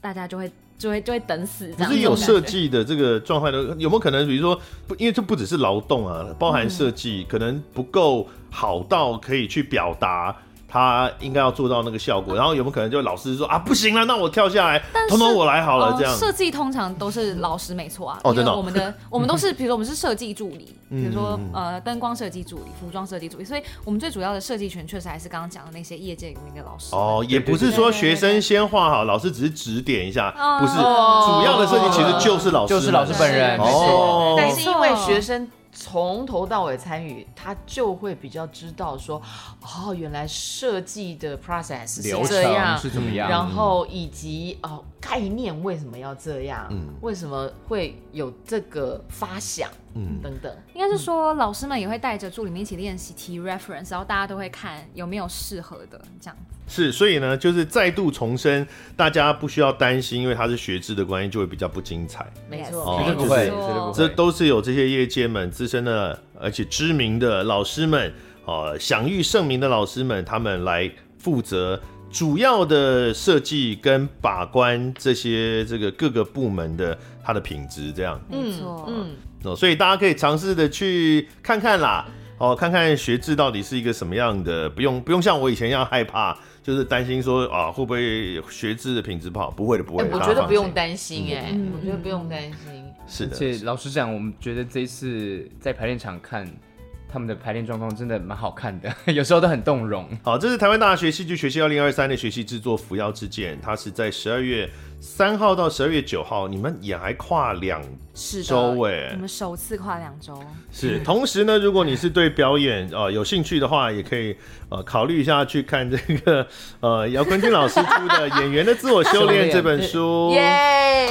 大家就会就会就会等死这
不
样。
是有
这种
设
感觉
计的这个状态的，有没有可能？比如说，不，因为这不只是劳动啊，包
嗯
含设计，可能不够好到可以去表达他应该要做到那个效果。然后有没有可能就老师说啊，不行了，那我跳下来，统统我来好了，
哦
这样。
设计通常都是老师没错啊，
哦
因为
真的哦
我 们的我们都是，比如说我们是设计助理，比如说
嗯嗯
呃灯光设计助理、服装设计助理，所以我们最主要的设计权确实还是刚刚讲的那些业界里面的老师。
哦，也不是说学生先画好，老师只是指点一下，
哦
不是主要的设计其实就是老师们，
就是老师本人
是
哦
但是因为学生从头到尾参与，他就会比较知道说，哦，原来设计的 process
流
是这
程
样，
是怎
嗯
么样？
然后以及哦概念为什么要这样，
嗯
为什么会有这个发想，
嗯
等等，
应该是说老师们也会带着助理们一起练习提 reference，然后大家都会看有没有适合的这样。
是，所以呢，就是再度重申，大家不需要担心，因为它是学制的关系，就会比较不精彩。
没
Yes
哦
错，
绝对不会，
就是
绝对不会。
这都是有这些业界们资深的，而且知名的老师们，呃，享誉盛名的老师们，他们来负责主要的设计跟把关这些这个各个部门的它的品质这样。
没错，
嗯，
哦，所以大家可以尝试的去看看啦，哦，看看学制到底是一个什么样的，不用不用像我以前一样害怕，就是担心说啊会不会学制的品质不好，不会的不会
哎
的，
我
大
觉
家
得
放
不
心
用，担
嗯
心，哎，
嗯
我觉得不用担心，
是
而
的，
且老实讲，我们觉得这一次在排练场看他们的排练状况真的蛮好看的， 有时候都很动容。
好，这是台湾大学戏剧学系二零二三的学系制作《扶摇之剑》，它是在十二月三号到十二月九号，你们也还跨两
是的，
周哎
我们首次跨两周，
是，同时呢，如果你是对表演呃有兴趣的话，也可以呃考虑一下去看这个呃姚坤军老师出的《演员的自我修炼》这本书。
耶！
哎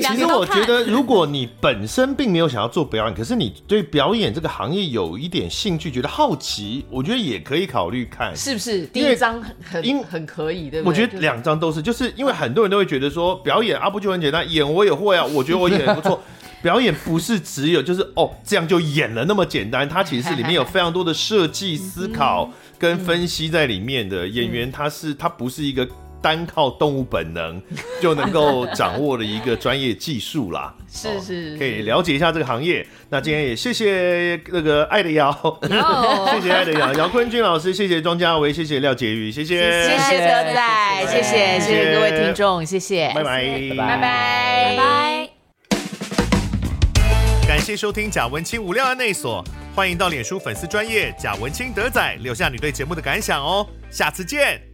其
两
实
个
我
都看
觉得，如果你本身并没有想要做表演，可是你对表演这个行业有一点兴趣，觉得好奇，我觉得也可以考虑看。
是不是？第
因为
一张很
因
很很可以，对不对？
我觉得
就
两张都是，就是因为很多人都会觉得说表演啊不就很简单，演我也会啊，我觉得我演得不 错。表演不是只有就是哦这样就演了那么简单，它其实是里面有非常多的设计、思考
嗯
跟分析在里面的。演员他是他不是一个单靠动物本能就能够掌握的一个专业技术啦。
是
嗯
是
可以
是
了解一下这个行业。那今天也谢谢那个爱的瑶， 谢谢爱的瑶，姚坤君老师，谢谢庄家维，谢谢廖杰宇，谢谢，
谢谢车仔，谢谢
谢
谢谢各位听众，谢谢，
拜拜，拜
拜拜
拜拜。
感谢收听贾文清无料案内所，欢迎到脸书粉丝专业贾文清德仔留下你对节目的感想哦，下次见。